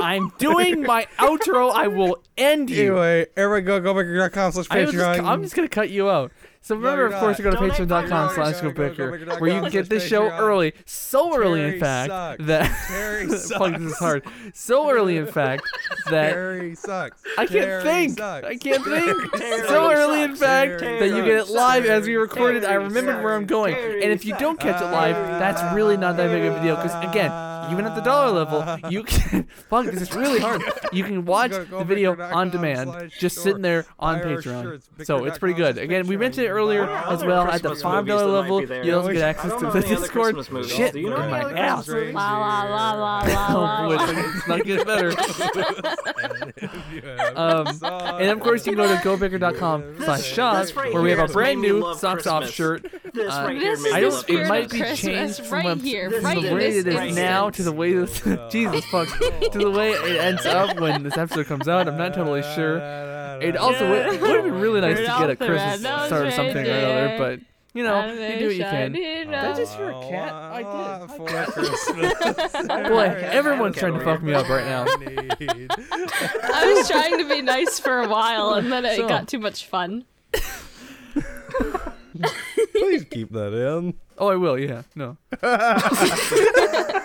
C: I'm doing my outro. I will end you.
B: *laughs* anyway, everybody go gobicker.com slash
C: I was just, I'm
B: Patreon.
C: just gonna cut you out. So remember,
B: you're
C: of
B: not.
C: course, you go to
D: Donate
C: patreon.com
D: $5.
C: slash
B: Go to
C: gobicker,
B: gobicker.com
C: where you can get this show
B: slash Patreon.
C: early, so early
B: Terry
C: in fact
B: sucks.
C: that *laughs*
B: Terry
C: fuck this is hard. So early
B: *laughs*
C: in fact that
B: Terry sucks.
C: I can't
B: Terry
C: think.
B: Sucks.
C: I can't think.
D: Terry
C: So early in
D: sucks.
C: fact
D: Terry
C: that you get it
D: sucks.
C: live as we
B: Terry
C: recorded. I
D: sucks.
C: remembered where I'm going,
D: Terry Ah.
C: and if you don't catch it live, that's really not that big of a deal. Because again, even at the dollar level,
D: *laughs*
C: you can fuck. This is really hard. You can watch
B: Go to
C: the video
B: gobicker.com
C: on demand,
B: slash
C: just
B: store.
C: sitting there
B: Buy
C: on
B: our
C: Patreon.
B: shirts,
C: So it's pretty
B: bicker.com
C: good. Again, we
B: slash
C: mentioned it
B: Patreon.
C: earlier
B: Buy
D: our
C: as
D: other
C: well at the
D: Christmas
C: five
D: movies
C: dollar
D: that might
C: level.
D: be there.
C: You also get
B: I
D: don't
C: access
D: know
C: to the
D: any other
C: Discord.
D: Christmas movies.
C: Shit,
D: Do you know
C: in
D: any
C: my
D: other
C: ass.
D: Christmas movies?
A: La la la la
B: *laughs*
A: la
C: Oh boy,
A: la.
C: it's like- it's not getting better.
B: Um,
C: And of course, you can go to gobicker.com slash shop
D: This right
C: where we have
D: here
C: our
D: is
C: brand
D: made me
C: new
D: love
C: socks off
D: Christmas.
C: shirt.
D: This
C: Uh,
D: right here
A: This
D: made
A: is
D: me
C: I
D: love
A: the
C: don't. It
A: spirit
C: might
A: of
C: be
A: Christmas
C: changed from,
A: right
C: a,
A: here,
C: from
A: right
C: the
A: in
C: way
A: this
C: it is
D: right
C: now
D: here.
C: to the way
D: *laughs*
C: this, Jesus fuck to the way it ends up when this episode comes out. I'm not totally sure. It also would, would have been really nice to get a
A: Rudolph the
C: Christmas
A: Red-Nosed
C: start or something or another,
A: Reindeer.
C: but Oh, You know,
A: I
C: you do what
A: wish
C: you
A: I *laughs*
C: can. Oh.
A: did
C: Did I just hear a
B: All
C: cat?
B: I
C: I did.
B: want *laughs* For Christmas.
C: Oh, Boy, everyone's
D: Okay,
C: trying to
D: we're
C: fuck me up right now.
B: Need.
A: I was
C: *laughs*
A: trying to be nice for a while, and then it
C: So-
A: got too much fun.
B: Please keep that in.
C: Oh, I will. Yeah. No.
B: I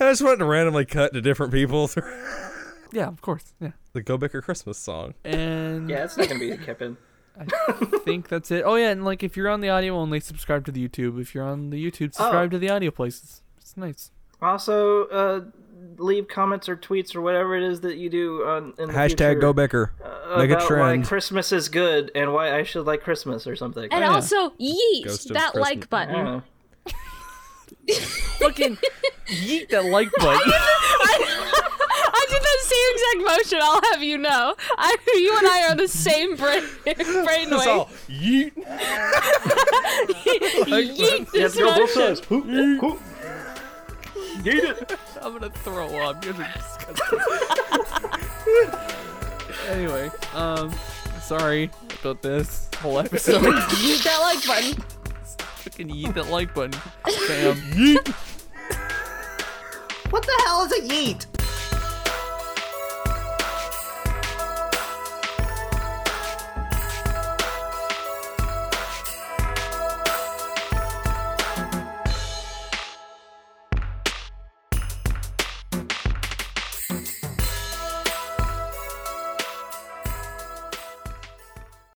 B: just wanted to randomly cut to different people. *laughs* the
C: Yeah, of course. Yeah.
B: Go Bicker Christmas song.
C: And
D: Yeah, it's not gonna be kept in.
C: I think that's it. Oh yeah, and like if you're on the audio only, subscribe to the YouTube. If you're on the YouTube, subscribe to the audio places. It's nice.
D: Also, uh, leave comments or tweets or whatever it is that you do on in the future
B: Hashtag Go Bicker. Make a
D: about why
B: trend.
D: Christmas is good and why I should like Christmas or something.
A: And
C: Oh, yeah.
A: also, yeet
B: Ghost of
A: that
B: Christmas.
A: like
D: I don't
A: button.
D: know.
C: Fucking yeet that like *laughs* button.
A: I *laughs* did that same exact motion. I'll have you know. I, you and I are the same brain *laughs*
B: That's all.
A: brainwave.
B: Yeet.
A: yeet
D: You have
A: this
D: to go both
A: motion.
D: sides. Hoop, hoop, hoop. Need it.
C: I'm gonna throw up. You guys are disgusting. *laughs* anyway, um, sorry about this whole *laughs* episode.
A: Yeet that like button.
C: Fucking yeet that like button. Bam.
B: Yeet.
D: What the hell is a yeet?